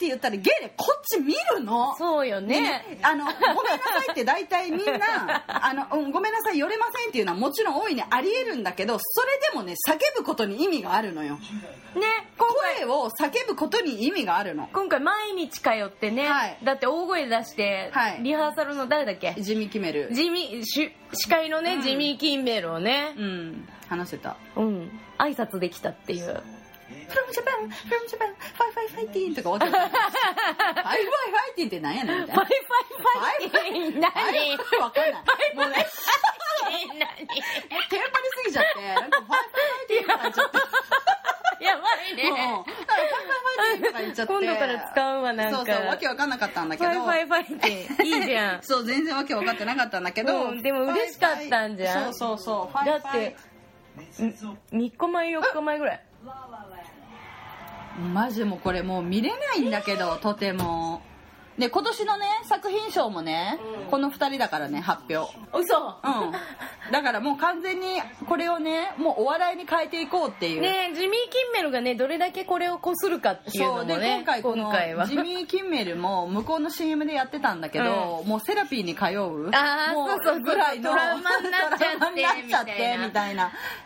Speaker 2: ゲイリー」って言ったらゲイリーこっち見るの
Speaker 1: そうよね
Speaker 2: あのごめんなさいって大体みんなあの、うんごめんなさい寄れませんっていうのはもちろん大いにありえるんだけどそれでもね叫ぶことに意味があるのよ
Speaker 1: ね
Speaker 2: 声を叫ぶことに意味があるの
Speaker 1: 今回毎日通ってね、
Speaker 2: はい
Speaker 1: だって大声出して、
Speaker 2: はい
Speaker 1: リハーサルの誰だっけ
Speaker 2: 地味決める
Speaker 1: 地味し司会のね、地味キンベルをね
Speaker 2: うん話せた
Speaker 1: うん挨拶できたっていう
Speaker 2: 「from Japan from Japan ファイファイファイティーン」とか終わってたファイファイファイティーン」ってなんやねんみたい
Speaker 1: バイ
Speaker 2: な
Speaker 1: バイバイ何何
Speaker 2: あれわかんないもうねもうテンパりすぎちゃってなんかファイファイファイティーンとか言っちゃって
Speaker 1: やばい
Speaker 2: うんファイ
Speaker 1: ね
Speaker 2: ファイファイティーンとか言っちゃって
Speaker 1: 今度から使うわなんか
Speaker 2: そうそうわけわかんなかったんだけど
Speaker 1: バイバイバイっていいじゃん
Speaker 2: そう全然わけ分かってなかったんだけど、
Speaker 1: うんでも嬉しかったんじゃん
Speaker 2: そうそうそう
Speaker 1: だって3日前4日前ぐらい
Speaker 2: マジもうこれもう見れないんだけど、とてもで今年のね作品賞もね、この2人だからね発 表
Speaker 1: 嘘
Speaker 2: うんだからもう完全にこれをねもうお笑いに変えていこうっていう、
Speaker 1: ねえジミー・キンメルがねどれだけこれをこするかっていうの
Speaker 2: そ
Speaker 1: も
Speaker 2: うで
Speaker 1: ね
Speaker 2: 今回この
Speaker 1: 今回は
Speaker 2: ジミー・キンメルも向こうの CM でやってたんだけど、もうセラピーに通う
Speaker 1: あー
Speaker 2: も
Speaker 1: そうそう
Speaker 2: ぐらいの
Speaker 1: トラウマになっちゃって
Speaker 2: トラウマになっちゃってみ
Speaker 1: み
Speaker 2: た
Speaker 1: た
Speaker 2: いな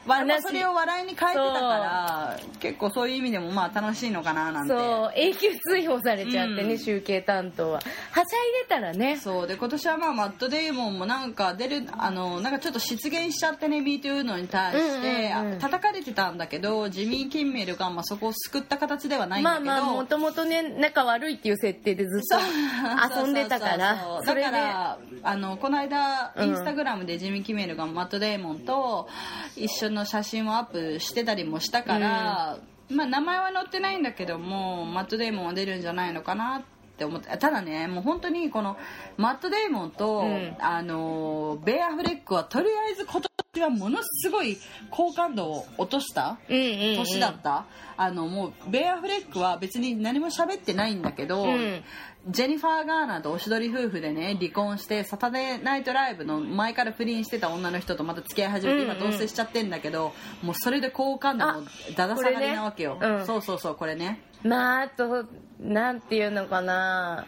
Speaker 2: わ
Speaker 1: 話
Speaker 2: まあそれを笑いに変えてたから結構そういう意味でもまあ楽しいのかななんて
Speaker 1: そう永久追放されちゃってね、
Speaker 2: うん
Speaker 1: 集計担当ははしゃいでたらね
Speaker 2: そうで今年はまあマットデイモンもなんか出るあのなんかちょっと失言しちゃってね Me Too のに対して、
Speaker 1: うんうんうん
Speaker 2: 叩かれてたんだけどジミー・キンメルがまあそこを救った形ではないんだ
Speaker 1: まあ
Speaker 2: けど、
Speaker 1: まあもともとね仲悪いっていう設定でずっと遊んでたから
Speaker 2: そうそうそう
Speaker 1: そ
Speaker 2: だ
Speaker 1: れ
Speaker 2: か
Speaker 1: で
Speaker 2: らあのこの間
Speaker 1: うん
Speaker 2: インスタグラムでジミー・キメルがマット・デイモンと一緒の写真をアップしてたりもしたから、まあ、名前は載ってないんだけどもマット・デイモンは出るんじゃないのかなって思ってただねもう本当にこのマット・デイモンと、
Speaker 1: うん
Speaker 2: あのベア・フレックはとりあえず今年はものすごい好感度を落とした
Speaker 1: うんうんうん
Speaker 2: 年だった、あのもうベアフレックは別に何も喋ってないんだけど、
Speaker 1: うん
Speaker 2: ジェニファー・ガーナーとおしどり夫婦でね離婚してサタデーナイトライブの前から不倫してた女の人とまた付き合い始めて
Speaker 1: うんう
Speaker 2: 今
Speaker 1: ん
Speaker 2: 同棲しちゃってんだけど、もうそれで好感度もだだ下が
Speaker 1: これ
Speaker 2: り
Speaker 1: ね
Speaker 2: なわけよ、
Speaker 1: うん
Speaker 2: そうそうそうこれね
Speaker 1: まああとなんていうのかな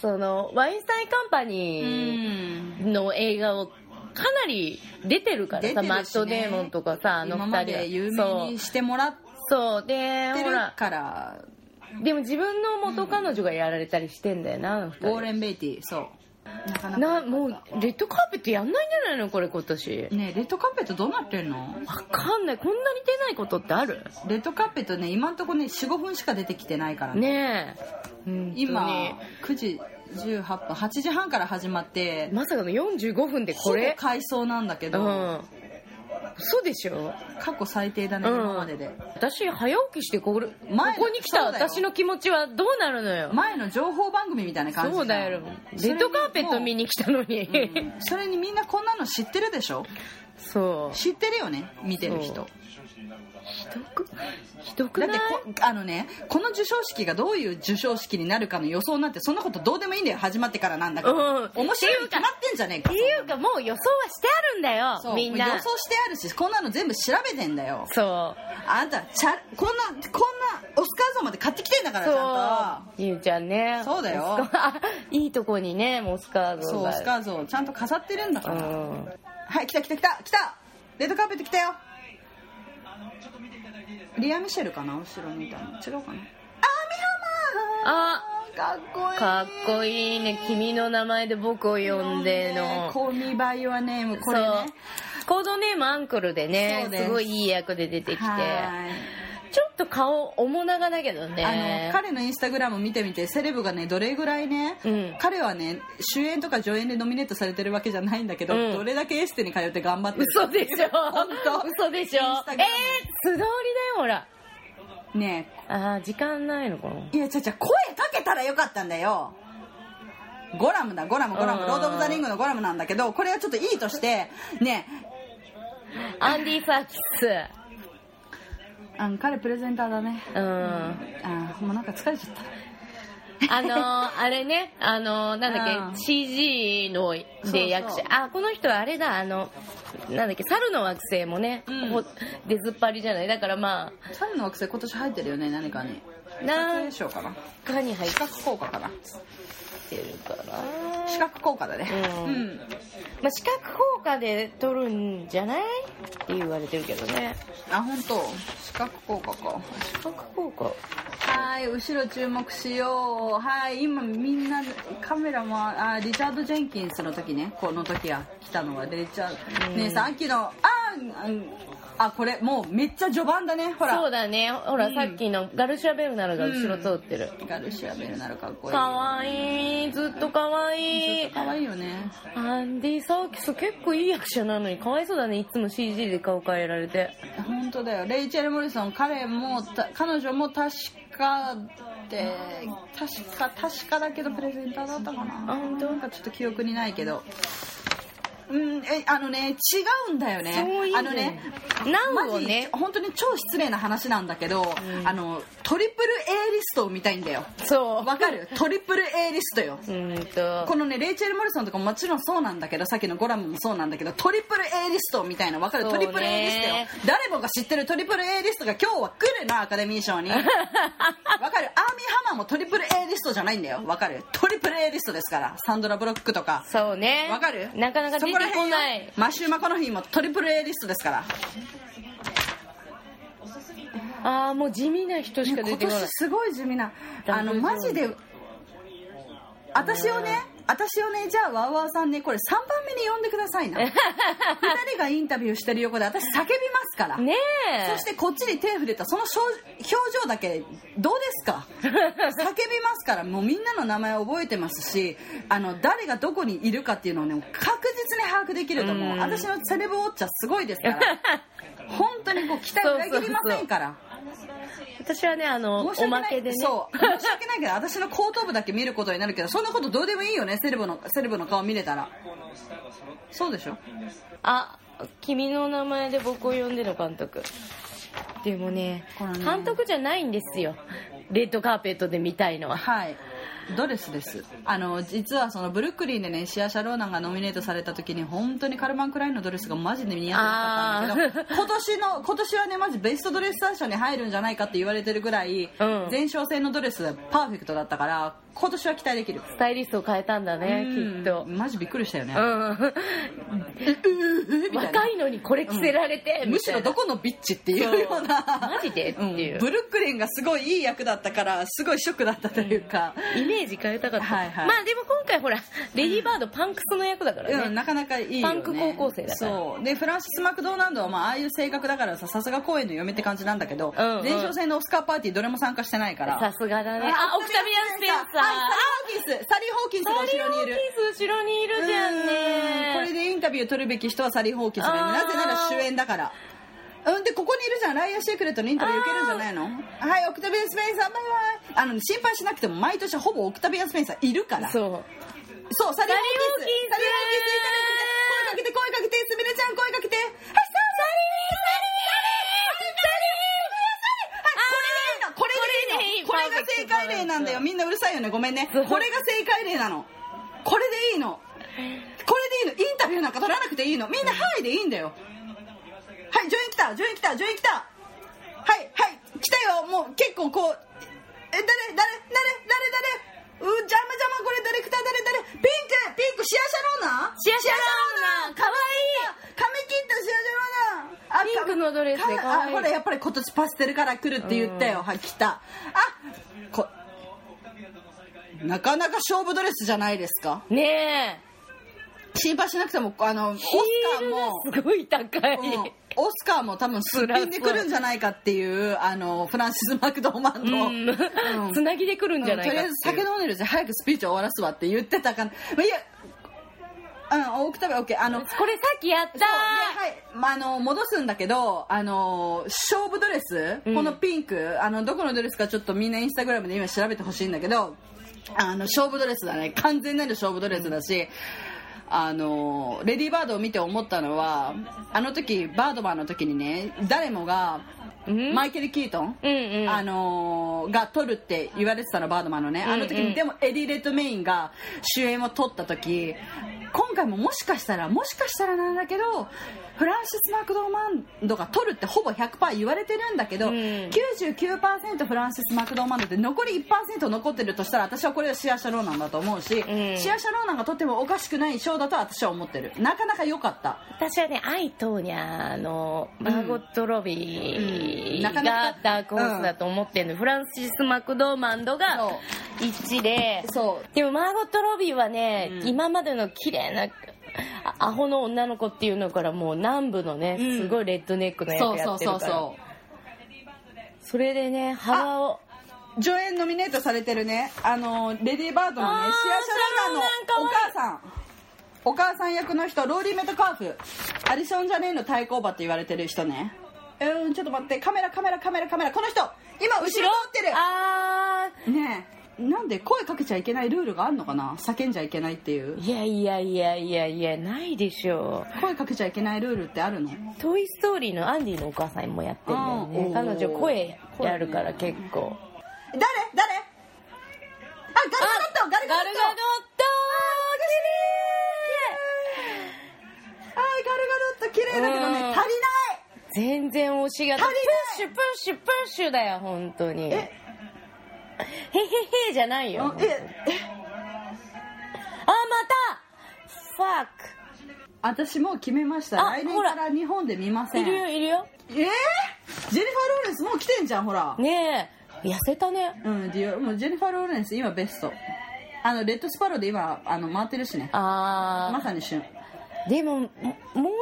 Speaker 1: そのワインスタインカンパ
Speaker 2: う
Speaker 1: ニ
Speaker 2: ん
Speaker 1: ーの映画をかなり出てるから
Speaker 2: 出
Speaker 1: さ、
Speaker 2: てるしね
Speaker 1: マット・デーモンとかさあの
Speaker 2: 今
Speaker 1: 二
Speaker 2: ま
Speaker 1: 人
Speaker 2: で有
Speaker 1: そ
Speaker 2: 名
Speaker 1: う
Speaker 2: にしてもらっ
Speaker 1: そうで
Speaker 2: て
Speaker 1: ほ
Speaker 2: る
Speaker 1: ら
Speaker 2: から
Speaker 1: でも自分の元彼女がやられたりしてんだよなあの二
Speaker 2: ウォー
Speaker 1: 人
Speaker 2: レン・ベイティそうなかなか
Speaker 1: なもうレッドカーペットやんないんじゃないのこれ今年
Speaker 2: ねレッドカーペットどうなってんの
Speaker 1: わかんないこんなに出ないことってある
Speaker 2: レッドカーペットね今んとこね45分しか出てきてないからね
Speaker 1: ねえ本当に
Speaker 2: 今9時18分8時半から始まって
Speaker 1: まさかの45分で
Speaker 2: こ
Speaker 1: こ
Speaker 2: れ
Speaker 1: れ
Speaker 2: 回想なんだけ
Speaker 1: う
Speaker 2: ど、
Speaker 1: ん嘘でしょ
Speaker 2: 過去最低だね、
Speaker 1: うん
Speaker 2: 今までで
Speaker 1: 私早起きしてこれこ
Speaker 2: 前
Speaker 1: こに来た
Speaker 2: そうだよ
Speaker 1: 私の気持ちはどうなるのよ
Speaker 2: 前の情報番組みたいな感じ
Speaker 1: そうだよレッドカーペット見
Speaker 2: に
Speaker 1: に来たのに、
Speaker 2: それにみんなこんなの知ってるでしょ
Speaker 1: そう
Speaker 2: 知ってるよね見てる人
Speaker 1: そうどくひどく
Speaker 2: だ
Speaker 1: な
Speaker 2: っ
Speaker 1: い
Speaker 2: てこあのねこの授賞式がどういう授賞式になるかの予想なんてそんなことどうでもいいんだよ始まってからなんだから、
Speaker 1: うん
Speaker 2: 面白いに決まってんじゃねえ
Speaker 1: っ
Speaker 2: か
Speaker 1: ていうかもう予想はしてあるんだ
Speaker 2: そ
Speaker 1: よ
Speaker 2: う
Speaker 1: みんな
Speaker 2: 予想してあるしこんなの全部調べてんだよ
Speaker 1: そう
Speaker 2: あんたちゃこんなこんなオスカー像まで買ってきてんだからちゃんと
Speaker 1: そうゆうちゃんね
Speaker 2: そうだよ
Speaker 1: モスカあ いいとこにねモスカード
Speaker 2: そうオスカー像をちゃんと飾ってるんだから、
Speaker 1: うん
Speaker 2: はい来た来た来た来たレッドカーペット来たよリア・ミシェルかな後ろにいたの違うかな
Speaker 1: あ
Speaker 2: あかっこいい
Speaker 1: かっこいいね「君の名前で僕を呼んで」
Speaker 2: ね
Speaker 1: の
Speaker 2: 「Call Me By Your Name」これ
Speaker 1: そう
Speaker 2: ね
Speaker 1: コードネームアンクルでね
Speaker 2: そうです
Speaker 1: すごいいい役で出てきて
Speaker 2: はい
Speaker 1: ちょっと顔面長だけど
Speaker 2: あ
Speaker 1: ね
Speaker 2: の彼のインスタグラム見てみてセレブがねどれぐらいね、
Speaker 1: うん
Speaker 2: 彼はね主演とか助演でノミネートされてるわけじゃないんだけど、
Speaker 1: うん
Speaker 2: どれだけエステに通って頑張ってる
Speaker 1: 嘘でしょ
Speaker 2: 本当
Speaker 1: 嘘でしょえ
Speaker 2: インス
Speaker 1: ー
Speaker 2: タグラム
Speaker 1: 素通りだよほら
Speaker 2: ね
Speaker 1: あー時間ないのかない
Speaker 2: やちゃちゃ声かけたらよかったんだよゴラムだゴラムゴラム
Speaker 1: うん
Speaker 2: ロード・オブ・ザ・リングのゴラムなんだけどこれはちょっといいとしてね
Speaker 1: アンディ・サーキス
Speaker 2: あ彼プレゼンターだね
Speaker 1: うん
Speaker 2: あもうなんか疲れちゃった
Speaker 1: あのーあれね、あのーなんだっ
Speaker 2: うん
Speaker 1: け、CG の
Speaker 2: そうそう
Speaker 1: で役者、あ、この人はあれだ、あの、なんだっけ、猿の惑星もね、
Speaker 2: うん
Speaker 1: ほ出ずっぱりじゃない。だからま
Speaker 2: 猿の惑星今年入ってるよね何かに
Speaker 1: あ、な
Speaker 2: 撮影
Speaker 1: ん
Speaker 2: 賞かな
Speaker 1: かに入っ
Speaker 2: 視覚効果かな
Speaker 1: てるかな。
Speaker 2: 視覚効果だね
Speaker 1: うん
Speaker 2: うん
Speaker 1: まあ、視覚効果で撮るんじゃないって言われてるけどね。
Speaker 2: あ本当視覚効果か
Speaker 1: 視覚効果。
Speaker 2: はい後ろ注目しようはい今みんなカメラもあリチャード・ジェンキンスの時ねこの時は来たのはリチャード、
Speaker 1: うん
Speaker 2: 姉さん秋のあーうんあこれもうめっちゃ序盤だねほら
Speaker 1: そうだね、ほら、
Speaker 2: うん
Speaker 1: さっきのガルシア・ベルナルが後ろ通ってる。
Speaker 2: ガルシア・ベルならかっこいい
Speaker 1: かわいい、ずっとかわい
Speaker 2: ちょ
Speaker 1: い
Speaker 2: っと。可愛いよね
Speaker 1: アンディ・サーキス結構いい役者なのにかわいそうだねいつも CG で顔変えられて
Speaker 2: 本当だよレイチェル・モリソン彼もた彼女も確かで確か確かだけどプレゼンターだったかな
Speaker 1: あ本当
Speaker 2: なんかちょっと記憶にないけどうんえあのね違うんだよね
Speaker 1: そういい
Speaker 2: あのね
Speaker 1: ナウ
Speaker 2: マ
Speaker 1: を
Speaker 2: ジ、
Speaker 1: ね
Speaker 2: 本当に超失礼な話なんだけど、あのトリプル A リストを見たいんだよ
Speaker 1: そう
Speaker 2: わか るトリプル A リストよ
Speaker 1: うーんと
Speaker 2: このねレイチェル・モリソンとかももちろんそうなんだけどさっきのゴラムもそうなんだけどトリプル A リストみたいなわかる、
Speaker 1: そう
Speaker 2: ト
Speaker 1: ね
Speaker 2: リプル A リストよ誰もが知ってるトリプル A リストが今日は来るなアカデミー 賞にわかるアーミー・ハマーもトリプル A リストじゃないんだよわかるトリプル A リストですからサンドラ・ブロックとか
Speaker 1: そうね
Speaker 2: わかる
Speaker 1: なかなか出てこない
Speaker 2: マシュー・マコノヒーもトリプル A リストですから
Speaker 1: ああもう地味な人しか出
Speaker 2: 今
Speaker 1: てこない
Speaker 2: 年すごい地味な
Speaker 1: ダ
Speaker 2: あ
Speaker 1: ブル
Speaker 2: の
Speaker 1: 上位
Speaker 2: マジで私をね私をねじゃあワウワウさんねこれ3番目に呼んでくだ さいな2人がインタビューしてる横で私叫びますから、
Speaker 1: ねえ
Speaker 2: そしてこっちに手触れたその表表情だけどうですか叫びますからもうみんなの名前覚えてますしあの誰がどこにいるかっていうのをね確実に把握できると思う
Speaker 1: うん
Speaker 2: 私のセレブウォッチャーすごいですから 本当にこう期待裏切りませんから
Speaker 1: 私はねあの
Speaker 2: 申し
Speaker 1: お
Speaker 2: 訳な
Speaker 1: ま
Speaker 2: い
Speaker 1: けでね
Speaker 2: そう申し訳ないけど私の後頭部だけ見ることになるけどそんなことどうでもいいよねセレブのセレブの顔見れたらそうでしょ
Speaker 1: あ君の名前で僕を呼んでの監督でもね
Speaker 2: これね
Speaker 1: 監督じゃないんですよレッドカーペットで見たいのは
Speaker 2: はいドレスですあの実はそのブルックリンでねシア・シャローナンがノミネートされた時に本当にカルマン・クラインのドレスがマジで似合ってなかったんだけど今年の今年はねマジベストドレス大賞に入るんじゃないかって言われてるぐらい、
Speaker 1: うん
Speaker 2: 前哨戦のドレスパーフェクトだったから今年は期待できる
Speaker 1: スタイリストを変えたんだねきっと
Speaker 2: うんマジびっくりしたよね、
Speaker 1: うん
Speaker 2: みたいな
Speaker 1: 若いのにこれ着せられて、
Speaker 2: むしろど
Speaker 1: こ
Speaker 2: このビッチっていうような
Speaker 1: マジでっていう、
Speaker 2: んブルックリンがすごいいい役だったからすごいショックだったというか、
Speaker 1: イメージ変えたかった、
Speaker 2: はいはい
Speaker 1: まあでも今回ほらレディーバードパンクスの役だからね、
Speaker 2: うんなかなかいいよ、ね、
Speaker 1: パンク高校生だから
Speaker 2: そうでフランシス・マクドーナルドはまあああいう性格だからささすが公演の嫁って感じなんだけど、
Speaker 1: うんうん
Speaker 2: 前哨戦のオスカーパーティーどれも参加してないから
Speaker 1: さすがだねあオクタビアン・スペンサー
Speaker 2: あサリー・ホーキンスサ
Speaker 1: サ
Speaker 2: リ
Speaker 1: リ
Speaker 2: ー・
Speaker 1: ー・
Speaker 2: ホー
Speaker 1: ホー
Speaker 2: キンスが後ろに
Speaker 1: キ
Speaker 2: いる
Speaker 1: ンス後ろにいるじゃん
Speaker 2: うん
Speaker 1: ね
Speaker 2: これでインタビュー取るべき人はサリー・ホーキンスだよね
Speaker 1: あ
Speaker 2: な
Speaker 1: ー
Speaker 2: ぜなら主演だからうんでここにいるじゃんライアー・シークレットのインタビュー受けるんじゃないのはいオクタビアン・スペンサーバイバイあのね心配しなくても毎年ほぼオクタビアン・スペンサーいるからそ
Speaker 1: そ
Speaker 2: う
Speaker 1: う
Speaker 2: サリー・ホーキンス
Speaker 1: サリー
Speaker 2: サリー・ホーキンスいただいて声かけて声かけて声かけてすみれちゃん声かけてはいそうサリーサリーサリー正解例なんだよみんなうるさいよねごめんねこ
Speaker 1: そ
Speaker 2: れ
Speaker 1: う
Speaker 2: が正解例なのこれでいいのこれでいいのインタビューなんか取らなくていいのみんな「はい」でいいんだよはいジョイン来たジョイン来たジョイン来たはいはい来たよもう結構こうえ誰誰誰誰誰う邪魔邪魔これ誰来た誰誰ピンクピンクシアシャローナ
Speaker 1: シアシャローナかわ
Speaker 2: 髪切ったシアシャローナあ
Speaker 1: ピンクのドレスで
Speaker 2: か
Speaker 1: 可愛い
Speaker 2: あほらやっぱり今年パステルから来るって言ったよ、はい来たあこなかなか勝負ドレスじゃないですか
Speaker 1: いいね
Speaker 2: 心配しなくてもあのオス
Speaker 1: え
Speaker 2: カーも
Speaker 1: ヒールがすごい高い、
Speaker 2: うんオスカーも多分すっぴんで来るんじゃないかっていうあのフランシス・マクドーマンの、
Speaker 1: うんつなぎでくるんじゃないか
Speaker 2: とりあえず酒飲んでるうちに早くスピーチを終わらすわって言ってたから、まあ、いやうんオクターブ OK あの
Speaker 1: これさっきやった
Speaker 2: そうではい、まあ、あの戻すんだけどあの勝負ドレス、
Speaker 1: うん
Speaker 2: このピンクあのどこのドレスかちょっとみんなインスタグラムで今調べてほしいんだけどあの勝負ドレスだね完全なる勝負ドレスだし、あのレディーバードを見て思ったのはあの時バードマンの時にね誰もが
Speaker 1: うん
Speaker 2: マイケル・キートン、
Speaker 1: うんうん
Speaker 2: あのーが撮るって言われてたのバードマンのねあの時に、
Speaker 1: うんうん
Speaker 2: でもエディ・レッドメインが主演を撮った時今回ももしかしたらもしかしたらなんだけどフランシス・マクドーマンドが撮るってほぼ100%言われてるんだけど、
Speaker 1: うん
Speaker 2: 99%フランシス・マクドーマンドで残り1%残ってるとしたら私はこれはシア・シャローナンだと思うし、
Speaker 1: ん
Speaker 2: シア・シャローナンが撮ってもおかしくない賞だと私は思ってるなかなか良かった
Speaker 1: 私はね「アイ・トーニャ」のマーゴット・ロビ
Speaker 2: う
Speaker 1: ー
Speaker 2: んなかな
Speaker 1: が
Speaker 2: か
Speaker 1: ダークホースだと思ってるの、フランシス・マクドーマンドが
Speaker 2: そ
Speaker 1: 1で
Speaker 2: そう
Speaker 1: でもマーゴット・ロビーはね、
Speaker 2: うん
Speaker 1: 今までの綺麗なあアホの女の子っていうのからもう南部のね、
Speaker 2: うん
Speaker 1: すごいレッドネックの役
Speaker 2: そう
Speaker 1: や
Speaker 2: そ
Speaker 1: っ
Speaker 2: う
Speaker 1: てる
Speaker 2: そ
Speaker 1: から
Speaker 2: う
Speaker 1: そ
Speaker 2: そう
Speaker 1: れでね幅を
Speaker 2: 助演ノミネートされてるねあのレディーバードの
Speaker 1: あー
Speaker 2: ねシア・シャローナのお母さんお母さん役の人ローリー・メトカーフアリソン・ジャネーの対抗馬って言われてる人ねうーんちょっと待ってカメラカメラカメラカメラこの人今後ろ通って
Speaker 1: あー
Speaker 2: るねえなんで声かけちゃいけないルールがあるのかな叫んじゃいけないっていう
Speaker 1: いやいやいやいやいやないでしょ
Speaker 2: 声かけちゃいけないルールってあるの
Speaker 1: う「トイ・ストーリー」のアンディのお母さんもやってるんだよね
Speaker 2: あ
Speaker 1: 彼
Speaker 2: ー
Speaker 1: 女声やるから結構
Speaker 2: 誰誰あガルガドットガルガドットあーガルガドット綺麗だけど
Speaker 1: うん
Speaker 2: ね足りない
Speaker 1: 全然推しがプッ
Speaker 2: 足り
Speaker 1: シュプッシュプッシュだよ本当にへへ
Speaker 2: え
Speaker 1: へじゃないよあ
Speaker 2: あ
Speaker 1: ま
Speaker 2: ええ
Speaker 1: た
Speaker 2: 私もう決めました
Speaker 1: あ
Speaker 2: 来年
Speaker 1: ほら
Speaker 2: から日本で見ま
Speaker 1: Fuck
Speaker 2: せん
Speaker 1: いるよいるよ
Speaker 2: えー、ジェニファー・ローレンスもう来てんじゃんほら、
Speaker 1: ねえ痩せたね
Speaker 2: うんディオもうジェニファー・ローレンス今ベストあのレッドスパローで今あの回ってるしねま
Speaker 1: あ
Speaker 2: さに旬
Speaker 1: ーでももも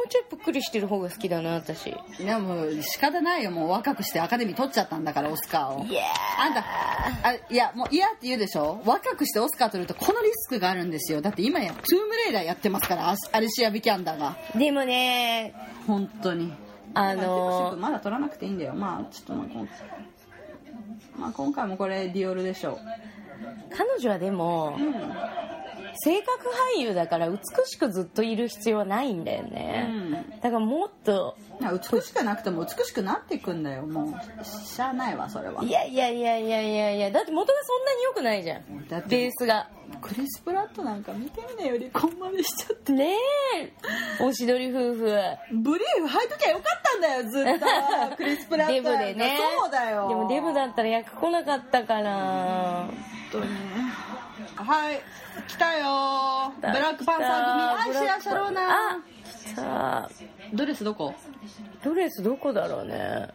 Speaker 1: うちょいぷっくりしてる方が好きだな私い
Speaker 2: いやもう仕方ないよもう若くしてアカデミー取っちゃったんだからオスカーを
Speaker 1: や
Speaker 2: あんたあいやもう嫌って言うでしょ若くしてオスカー取るとこのリスクがあるんですよだって今やトゥームレイダーやってますからアシアリシア・ビキャンダーが
Speaker 1: ーでもね
Speaker 2: 本当に
Speaker 1: あ
Speaker 2: まあ
Speaker 1: の
Speaker 2: でもシェフまだ取らなくていいんだよまあちょっとまあ今回まあ今回もこれディオールでしょ
Speaker 1: 彼女はでも
Speaker 2: う、うん
Speaker 1: 性格俳優だから美しくずっといる必要はないんだよね、
Speaker 2: う
Speaker 1: だからもっと
Speaker 2: な美しくなくても美しくなっていくんだよもうしゃあないわそれはい
Speaker 1: やいやいやいやいやいやだって元がそんなに良くないじゃん
Speaker 2: だって
Speaker 1: ベースが
Speaker 2: クリス・プラットなんか見てみなよ離婚までしちゃって
Speaker 1: ねえおしどり夫婦
Speaker 2: ブリーフ履いときゃよかったんだよずっ とクリス・プラット
Speaker 1: デブでね
Speaker 2: そうだよ
Speaker 1: でもデブだったら役来なかったから
Speaker 2: 本当にはい来たよブラックパン
Speaker 1: ブ
Speaker 2: サー組はいシ
Speaker 1: ラッ
Speaker 2: ア・
Speaker 1: ク
Speaker 2: シャローナ
Speaker 1: あ来た
Speaker 2: ドレスどこ
Speaker 1: ドレスどこだろうね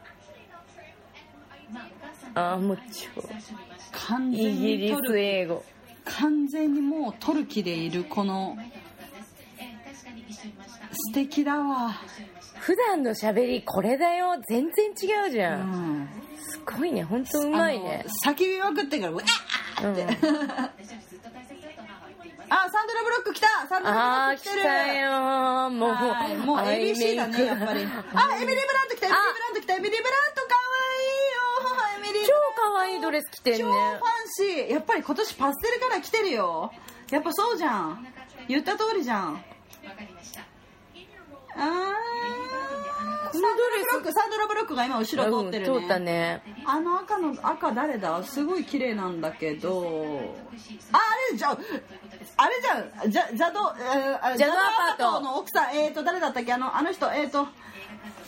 Speaker 1: あもう超
Speaker 2: 完
Speaker 1: イ
Speaker 2: 全
Speaker 1: ギ
Speaker 2: に
Speaker 1: リ
Speaker 2: 取
Speaker 1: ス
Speaker 2: る
Speaker 1: 英語
Speaker 2: 完全にもうトルキでいるこの素敵だわ、
Speaker 1: 普段の喋りこれだよ全然違うじ
Speaker 2: う
Speaker 1: ゃん、
Speaker 2: ん、
Speaker 1: すごいね本当うまいね
Speaker 2: あの叫びまくってからうわっ
Speaker 1: うん
Speaker 2: あサンドラブロック来たサンド
Speaker 1: あ
Speaker 2: ラブ
Speaker 1: ー
Speaker 2: ロッ
Speaker 1: 来
Speaker 2: ク来てる
Speaker 1: たよーもう
Speaker 2: はいもう ABC だねやっぱりあエミリー・ブ
Speaker 1: あ
Speaker 2: ラント来たエミリー・ブラント来たエミリー・ブラントかわいいよエミリー・ブ
Speaker 1: 超
Speaker 2: ラント
Speaker 1: 可愛いドレス着てんね
Speaker 2: 超ファンシーやっぱり今年パステルカラー来てるよやっぱそうじゃん言った通りじゃんあー
Speaker 1: こ
Speaker 2: サ
Speaker 1: のド
Speaker 2: ンドラブロックサンドラブロックが今後ろ通ってるね、
Speaker 1: うん通ったね
Speaker 2: あの赤の赤誰だすごい綺麗なんだけどああれじゃんあれじゃんじゃザドえー
Speaker 1: ジャドアパート
Speaker 2: ジャドアの奥さんえっ、ー、と誰だったっけあのあの人えっ、ー、と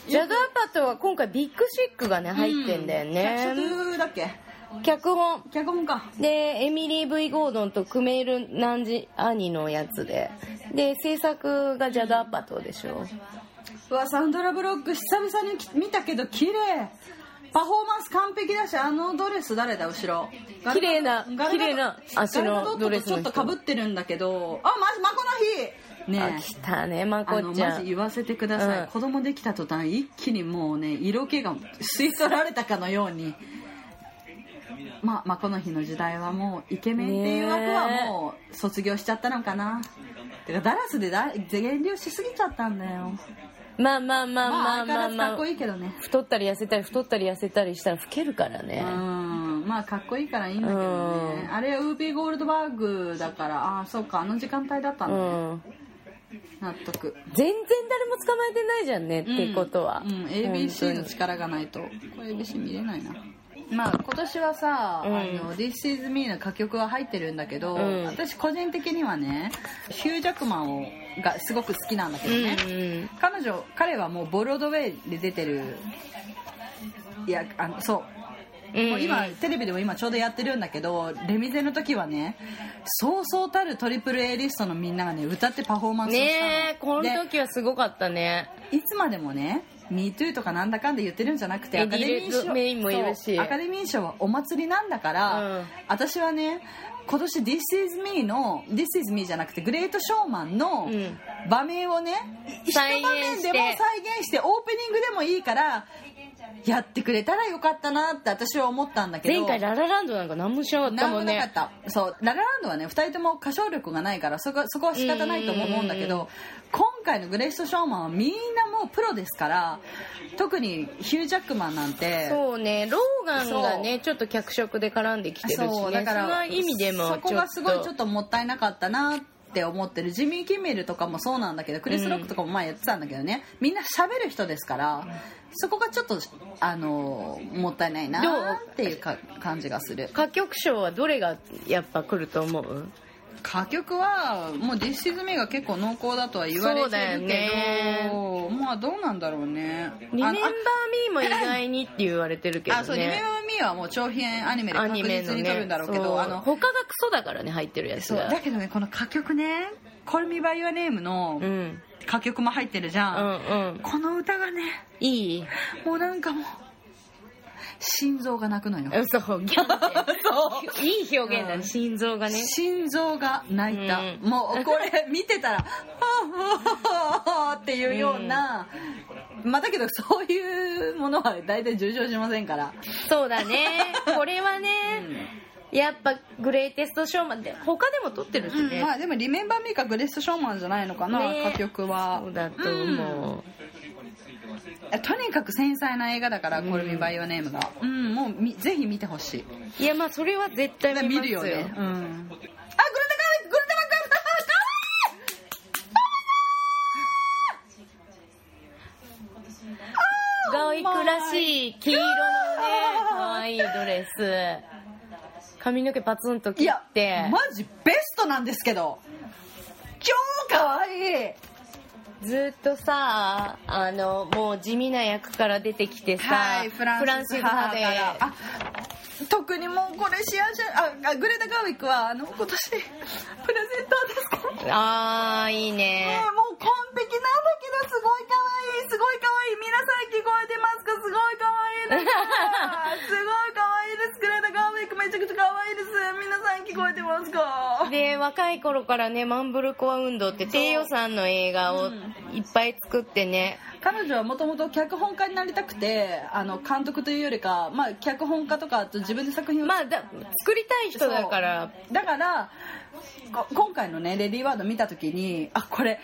Speaker 1: ジャドアパトは今回ビッグシックがね入ってんだよね、
Speaker 2: うん、脚色だっけ
Speaker 1: 脚本
Speaker 2: 脚本か
Speaker 1: でエミリー・ V ・ゴードンとクメール・ナンジ・アニのやつでで制作がジャド・アパトでしょ
Speaker 2: うわサンドラブロック久々にき見たけど綺麗パフォーマンス完璧だしあのドレス誰だ後ろ
Speaker 1: 綺麗な
Speaker 2: ガルガド
Speaker 1: 綺麗な足の
Speaker 2: ガルガドットと
Speaker 1: ドレスの
Speaker 2: ちょ
Speaker 1: 人
Speaker 2: っとかぶってるんだけどあまずマコの日
Speaker 1: あ
Speaker 2: ね
Speaker 1: 来たねま
Speaker 2: あ
Speaker 1: こ
Speaker 2: の
Speaker 1: ち
Speaker 2: マ
Speaker 1: ゃ
Speaker 2: ジ
Speaker 1: ん
Speaker 2: 言わせてください、
Speaker 1: うん
Speaker 2: 子供できた途端一気にもうね色気が吸い取られたかのようにまあまこの日の時代はもうイケメンっていう枠はもう卒業しちゃったのかなてかダラスでだ減量しすぎちゃったんだよ
Speaker 1: まあまあまあ
Speaker 2: ま
Speaker 1: ま
Speaker 2: あ
Speaker 1: あ
Speaker 2: 相変
Speaker 1: ま
Speaker 2: わ
Speaker 1: あ
Speaker 2: らずか
Speaker 1: ま
Speaker 2: っ
Speaker 1: あ
Speaker 2: こいいけどね
Speaker 1: 太ったり痩せたり太ったり痩せたりしたら老けるから
Speaker 2: う
Speaker 1: ね
Speaker 2: んまあかっこいいからいいんだけどね
Speaker 1: うん
Speaker 2: あれはウーピーゴールドバーグだからああそうかあの時間帯だった
Speaker 1: うん
Speaker 2: だね、納得
Speaker 1: 全然誰も捕まえてないじゃんね、ってことは、
Speaker 2: うん、ABC の力がないとこれ ABC 見れないなまあ今年はさ「
Speaker 1: うん
Speaker 2: あの This is Me」の歌曲は入ってるんだけど、
Speaker 1: うん
Speaker 2: 私個人的にはねヒュー・ジャックマンをがすごく好きなんだけ
Speaker 1: う
Speaker 2: ど
Speaker 1: ん
Speaker 2: ね、
Speaker 1: うん
Speaker 2: 彼女彼はもうボロードウェイで出てるいやあのそう
Speaker 1: うん
Speaker 2: もう今テレビでも今ちょうどやってるんだけどレミゼの時はねそうそうたるトリプル A リストのみんながね歌ってパフォーマンスをしたの
Speaker 1: ねえこの
Speaker 2: で
Speaker 1: 時はすごかったね
Speaker 2: いつまでもね「MeToo」とかなんだかんだ言ってるんじゃなくて
Speaker 1: エ
Speaker 2: ア
Speaker 1: デ
Speaker 2: カデミ
Speaker 1: ィ
Speaker 2: ー
Speaker 1: レッドメインもいる
Speaker 2: 賞
Speaker 1: し
Speaker 2: そうアカデミー賞はお祭りなんだから、
Speaker 1: うん
Speaker 2: 私はね今年「This is Me」の「This is Me」じゃなくて「グレートショーマン」の
Speaker 1: うん
Speaker 2: 場面をね、一場
Speaker 1: 再現
Speaker 2: 面
Speaker 1: し
Speaker 2: で
Speaker 1: て
Speaker 2: も再現してオープニングでもいいからやってくれたらよかったなって私は思ったんだけど
Speaker 1: 前回ララランドなんか何もしなかった
Speaker 2: なん
Speaker 1: も
Speaker 2: も
Speaker 1: ん
Speaker 2: なか
Speaker 1: ね
Speaker 2: った、そうララランドはね2人とも歌唱力がないからそこそこは仕方ないとも思うんだけど今回のグレイスト・ショーマンはみんなもうプロですから特にヒュー・ジャックマンなんて
Speaker 1: そうねローガンがねちょっと脚色で絡んできてるし、ね、
Speaker 2: そうだから
Speaker 1: その意味でも
Speaker 2: そこがすごいちょっ
Speaker 1: と
Speaker 2: ともったいなかったなって思ってるジミー・キンメルとかもそうなんだけどクリス・ロックとかも前やってたんだけどね、みんな喋る人ですからそこがちょっとあのもったいないなっていうか感じがする
Speaker 1: 歌曲賞はどれがやっぱ来ると思う
Speaker 2: 歌曲はもう実質目が結構濃厚だとは言われてる
Speaker 1: そうだ
Speaker 2: けど、
Speaker 1: よ
Speaker 2: まあどうなんだろうね
Speaker 1: 「リメンバー・ミ
Speaker 2: あ
Speaker 1: ー」も意外にって言われてるけ
Speaker 2: あ
Speaker 1: ど
Speaker 2: あそう「リメンバ
Speaker 1: ね
Speaker 2: ー・ミー」はもう長編アニメで
Speaker 1: ア
Speaker 2: 確
Speaker 1: ニメの
Speaker 2: 実に撮る
Speaker 1: ね
Speaker 2: んだろうけ
Speaker 1: そ
Speaker 2: ど
Speaker 1: う
Speaker 2: あの
Speaker 1: 他がクソだからね入ってるやつ
Speaker 2: そうだ
Speaker 1: が
Speaker 2: けどねこの歌曲ね「Call Me By Your Name」の
Speaker 1: うん
Speaker 2: 歌曲も入ってるじ
Speaker 1: う
Speaker 2: ゃん、
Speaker 1: んうん
Speaker 2: この歌がね
Speaker 1: いい
Speaker 2: もうなんかもう心臓が泣くのよ
Speaker 1: 嘘ギャンっていい表現だね心臓がね
Speaker 2: 心臓が泣いた、
Speaker 1: うん
Speaker 2: もうこれ見てたら「はあはあはあ」っていうような、まあだけどそういうものは大体重症しませんから、
Speaker 1: そうだねこれはね、やっぱグレイテストショーマンで他でも撮ってるしね、
Speaker 2: まあでも「リメンバー・ミー」か「グレスト・ショーマン」じゃないのかな、
Speaker 1: ね
Speaker 2: 歌曲は
Speaker 1: そうだと思
Speaker 2: うんとにかく繊細な映画だから「コルミ・バイオネームが」うんもうみぜひ見てほしいう
Speaker 1: いやまあそれは絶対見ます
Speaker 2: 見
Speaker 1: よ
Speaker 2: るよね、うん、あグレタがグレタが
Speaker 1: ガイクらしい黄色のね可愛いドレス髪の毛パツンと
Speaker 2: い
Speaker 1: 切
Speaker 2: や
Speaker 1: って
Speaker 2: マジベストなんですけど超可愛い
Speaker 1: ずっとさあのもう地味な役から出てきてさ、
Speaker 2: はい、フランス
Speaker 1: フ
Speaker 2: 派
Speaker 1: ランス
Speaker 2: か
Speaker 1: 派で
Speaker 2: ら。あ特にもうこれシアシャああグレタ・ガーウィックはあの今年 プレゼンターですからね
Speaker 1: あーいいね
Speaker 2: もう完璧なんだけどすごい可愛いすごい可愛い皆さん聞こえてますかすごい可愛いです すごい可愛いですグレタ・ガーウィックめちゃくちゃ可愛いです皆さん聞こえてますか
Speaker 1: で若い頃からねマンブルコア運動って低予算の映画をいっぱい作ってね、
Speaker 2: 彼女はもともと脚本家になりたくてあの監督というよりか、まあ、脚本家とかあと自分で作品を
Speaker 1: まあだ作りたい人だから
Speaker 2: だからこ今回のねレディーワード見た時にあこれ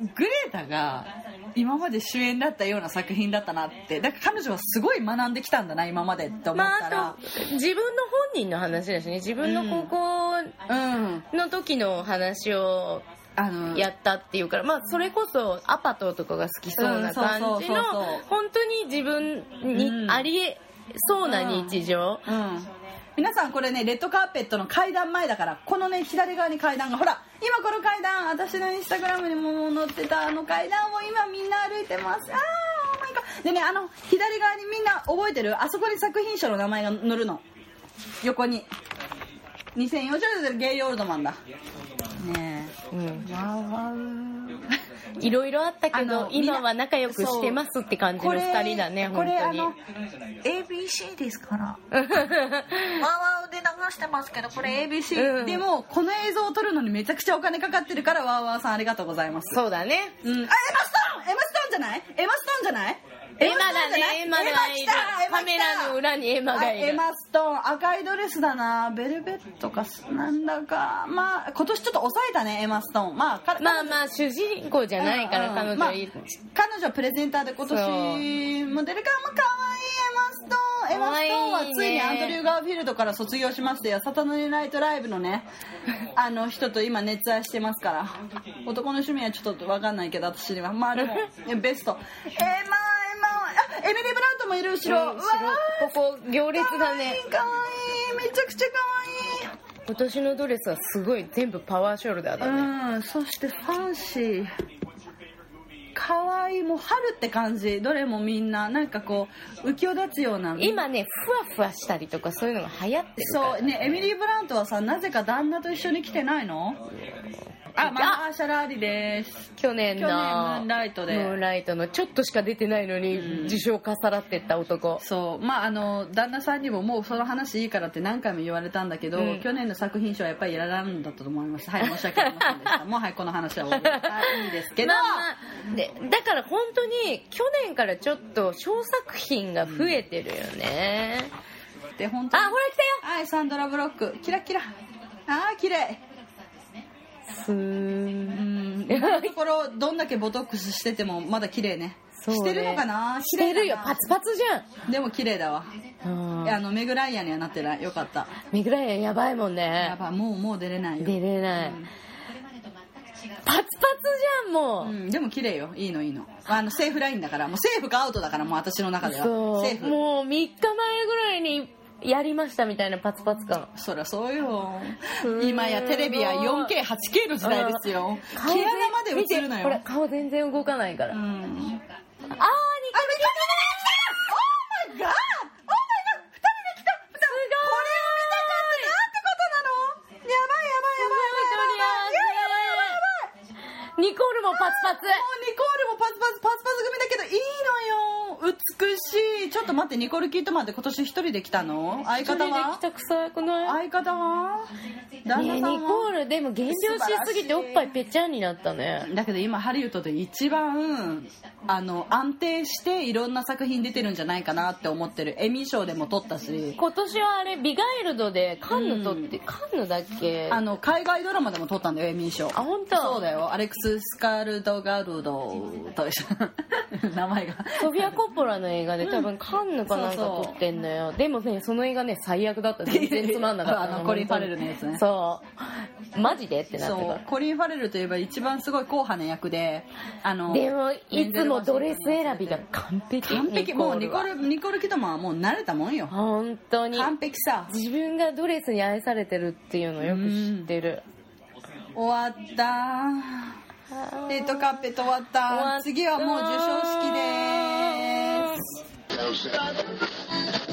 Speaker 2: グレータが今まで主演だったような作品だったなってだから彼女はすごい学んできたんだな今までって思っ
Speaker 1: ま
Speaker 2: た
Speaker 1: あ
Speaker 2: ら
Speaker 1: あ、と自分の本人の話だしね自分の高校
Speaker 2: うん
Speaker 1: の時の話を
Speaker 2: あの
Speaker 1: やったっていうから、まあ、それこそアパトとかが好きそうな感
Speaker 2: うんそう
Speaker 1: じ
Speaker 2: そうそ
Speaker 1: の
Speaker 2: うそう
Speaker 1: 本当に自分
Speaker 2: う
Speaker 1: に
Speaker 2: ん
Speaker 1: ありえそうな日常、
Speaker 2: うん皆さんこれねレッドカーペットの階段前だからこのね左側に階段がほら今この階段私のインスタグラムにも載ってたあの階段を今みんな歩いてますあーオーマイガーでねあの左側にみんな覚えてるあそこに作品賞の名前が載るの横に2040年ゲイオールドマンだね
Speaker 1: うん
Speaker 2: えわーわー
Speaker 1: いろいろあったけ
Speaker 2: あ
Speaker 1: ど
Speaker 2: の
Speaker 1: 今は仲良くしてますって感じの2人だね
Speaker 2: こ
Speaker 1: 本
Speaker 2: れ
Speaker 1: 当
Speaker 2: あ
Speaker 1: に
Speaker 2: の
Speaker 3: ABC ですから。ワーワーで流してますけど、これ ABC。
Speaker 1: うん
Speaker 2: でもこの映像を撮るのにめちゃくちゃお金かかってるからワーワーさんありがとうございま す
Speaker 1: そうだね
Speaker 2: うん、あエマストーンエマストーンじゃないエマストーンじゃない
Speaker 1: エマだねエマがいるカメラの
Speaker 2: に
Speaker 1: 裏にエマがい
Speaker 2: エ
Speaker 1: る
Speaker 2: マストーン赤いドレスだなベルベットかなんだかまあ今年ちょっと抑えたねエマストーンまあか
Speaker 1: まあまあ主人公じゃないから
Speaker 2: うん
Speaker 1: 彼
Speaker 2: うん
Speaker 1: 女はいい
Speaker 2: まあ彼女はプレゼンターで今年モデルかも可愛いエマストーンエマストーン
Speaker 1: 可
Speaker 2: は
Speaker 1: 愛いね
Speaker 2: ついにアンドリュー・ガーフィールドから卒業しましてサタノリナイトライブ のねあの人と今熱愛してますから男の趣味はちょっと分かんないけど私にはまあでもベストエマエマあエミリー・ブラントもいる後ろ、
Speaker 1: う
Speaker 2: う
Speaker 1: ん
Speaker 2: わ
Speaker 1: 白ここ行列だね
Speaker 2: ーかわいいめちゃくちゃ
Speaker 1: 今年のドレスはすごい全部パワーショルダー
Speaker 2: か
Speaker 1: だ
Speaker 2: わい
Speaker 1: ね、
Speaker 2: いうんそしてファンシー可愛いもう春って感じどれもみんななんかこう浮世立つような
Speaker 1: 今ねふわふわしたりとかそういうのが流行ってるから
Speaker 2: そうねエミリー・ブラントはさなぜか旦那と一緒に来てないのあマーシャラーリです
Speaker 1: 去年の
Speaker 2: 去年ムーンライトで
Speaker 1: ムーンライトのちょっとしか出てないのに受賞かさらってった男、
Speaker 2: そうまああの旦那さんにももうその話いいからって何回も言われたんだけど、
Speaker 1: うん
Speaker 2: 去年の作品賞はやっぱりやらなんだったと思いますはい申し訳ありませんでした もうはいこの話は終わりですあいいですけど、
Speaker 1: まあまあでだから本当に去年からちょっと小作品が増えてるよね、
Speaker 2: で本当
Speaker 1: あ
Speaker 2: に
Speaker 1: ほら
Speaker 2: はいサンドラ・ブロックキラキラああ綺麗
Speaker 1: 来たよすー
Speaker 2: うん今のところどんだけボトックスしててもまだ綺麗ね
Speaker 1: そうね
Speaker 2: してるのかな
Speaker 1: してるよ
Speaker 2: 綺麗か
Speaker 1: パ
Speaker 2: な
Speaker 1: ツパツじ
Speaker 2: でも綺麗だわ
Speaker 1: ゃん、うん、
Speaker 2: あのメグライアンにはなってないよかった
Speaker 1: ミグライアンやばいもん
Speaker 2: や
Speaker 1: ね
Speaker 2: ばいもうもう出れないよ
Speaker 1: 出れない、パツパツじゃんもう、
Speaker 2: うん、でも綺麗よいいのいいのあのセーフラインだからもうセーフかアウトだからもう私の中では
Speaker 1: そ
Speaker 2: セー
Speaker 1: う
Speaker 2: フ
Speaker 1: もう3日前ぐらいにやりましたみたいなパツパツ感
Speaker 2: そりゃそうよ
Speaker 1: すごい
Speaker 2: 今やテレビや 4K8K の時代ですよ毛
Speaker 1: 全
Speaker 2: 穴まで映るの
Speaker 1: 見て
Speaker 2: よ
Speaker 1: ほら顔全然動かないから、
Speaker 2: う
Speaker 1: あー
Speaker 2: ん
Speaker 1: ニコニコ
Speaker 2: ガーお前が2人で来たこれを見たかったなんてことなのやばいやばいやばいやばいやばいやばいやばいやばい
Speaker 1: ニコールもパツパツ
Speaker 2: もうニコールもパツパツパツパツ組だけどいいのよ美しいちょっと待ってニコール・キートマンって今年一人で来たの相方は
Speaker 1: 一人で来たくさくない
Speaker 2: 相方は
Speaker 1: ねえ
Speaker 2: 旦那さん
Speaker 1: ニコー
Speaker 2: は
Speaker 1: ルでも減量しすぎておっぱいぺちゃんになったね
Speaker 2: だけど今ハリウッドで一番あの安定していろんな作品出てるんじゃないかなって思ってるエミー賞でも取ったし
Speaker 1: 今年はあれビガイルドでカンヌとって、カンヌだっけ
Speaker 2: あの海外ドラマでも取ったんだよエミー賞
Speaker 1: あ本当
Speaker 2: そうだよアレックス・スカルド・ガルドと一緒 名前が
Speaker 1: ソフィア・コッポラの映画で多分カンヌかなんか撮ってんのよ、でもねその映画ね最悪だった全然つまんなかった
Speaker 2: あのコリンファレルのやつね
Speaker 1: そうマジでってなって
Speaker 2: そ
Speaker 1: た
Speaker 2: うコリン・ファレルといえば一番すごい硬派な役であの
Speaker 1: でもいつもドレス選びが完璧
Speaker 2: 完璧もうニコ
Speaker 1: は
Speaker 2: ールニコール・キドマンはもう慣れたもんよ
Speaker 1: 本当に
Speaker 2: 完璧さ
Speaker 1: 自分がドレスに愛されてるっていうのをよく知ってる
Speaker 2: 終わったレッドカーペット終わった
Speaker 1: 終わった
Speaker 2: 次はもう授賞式です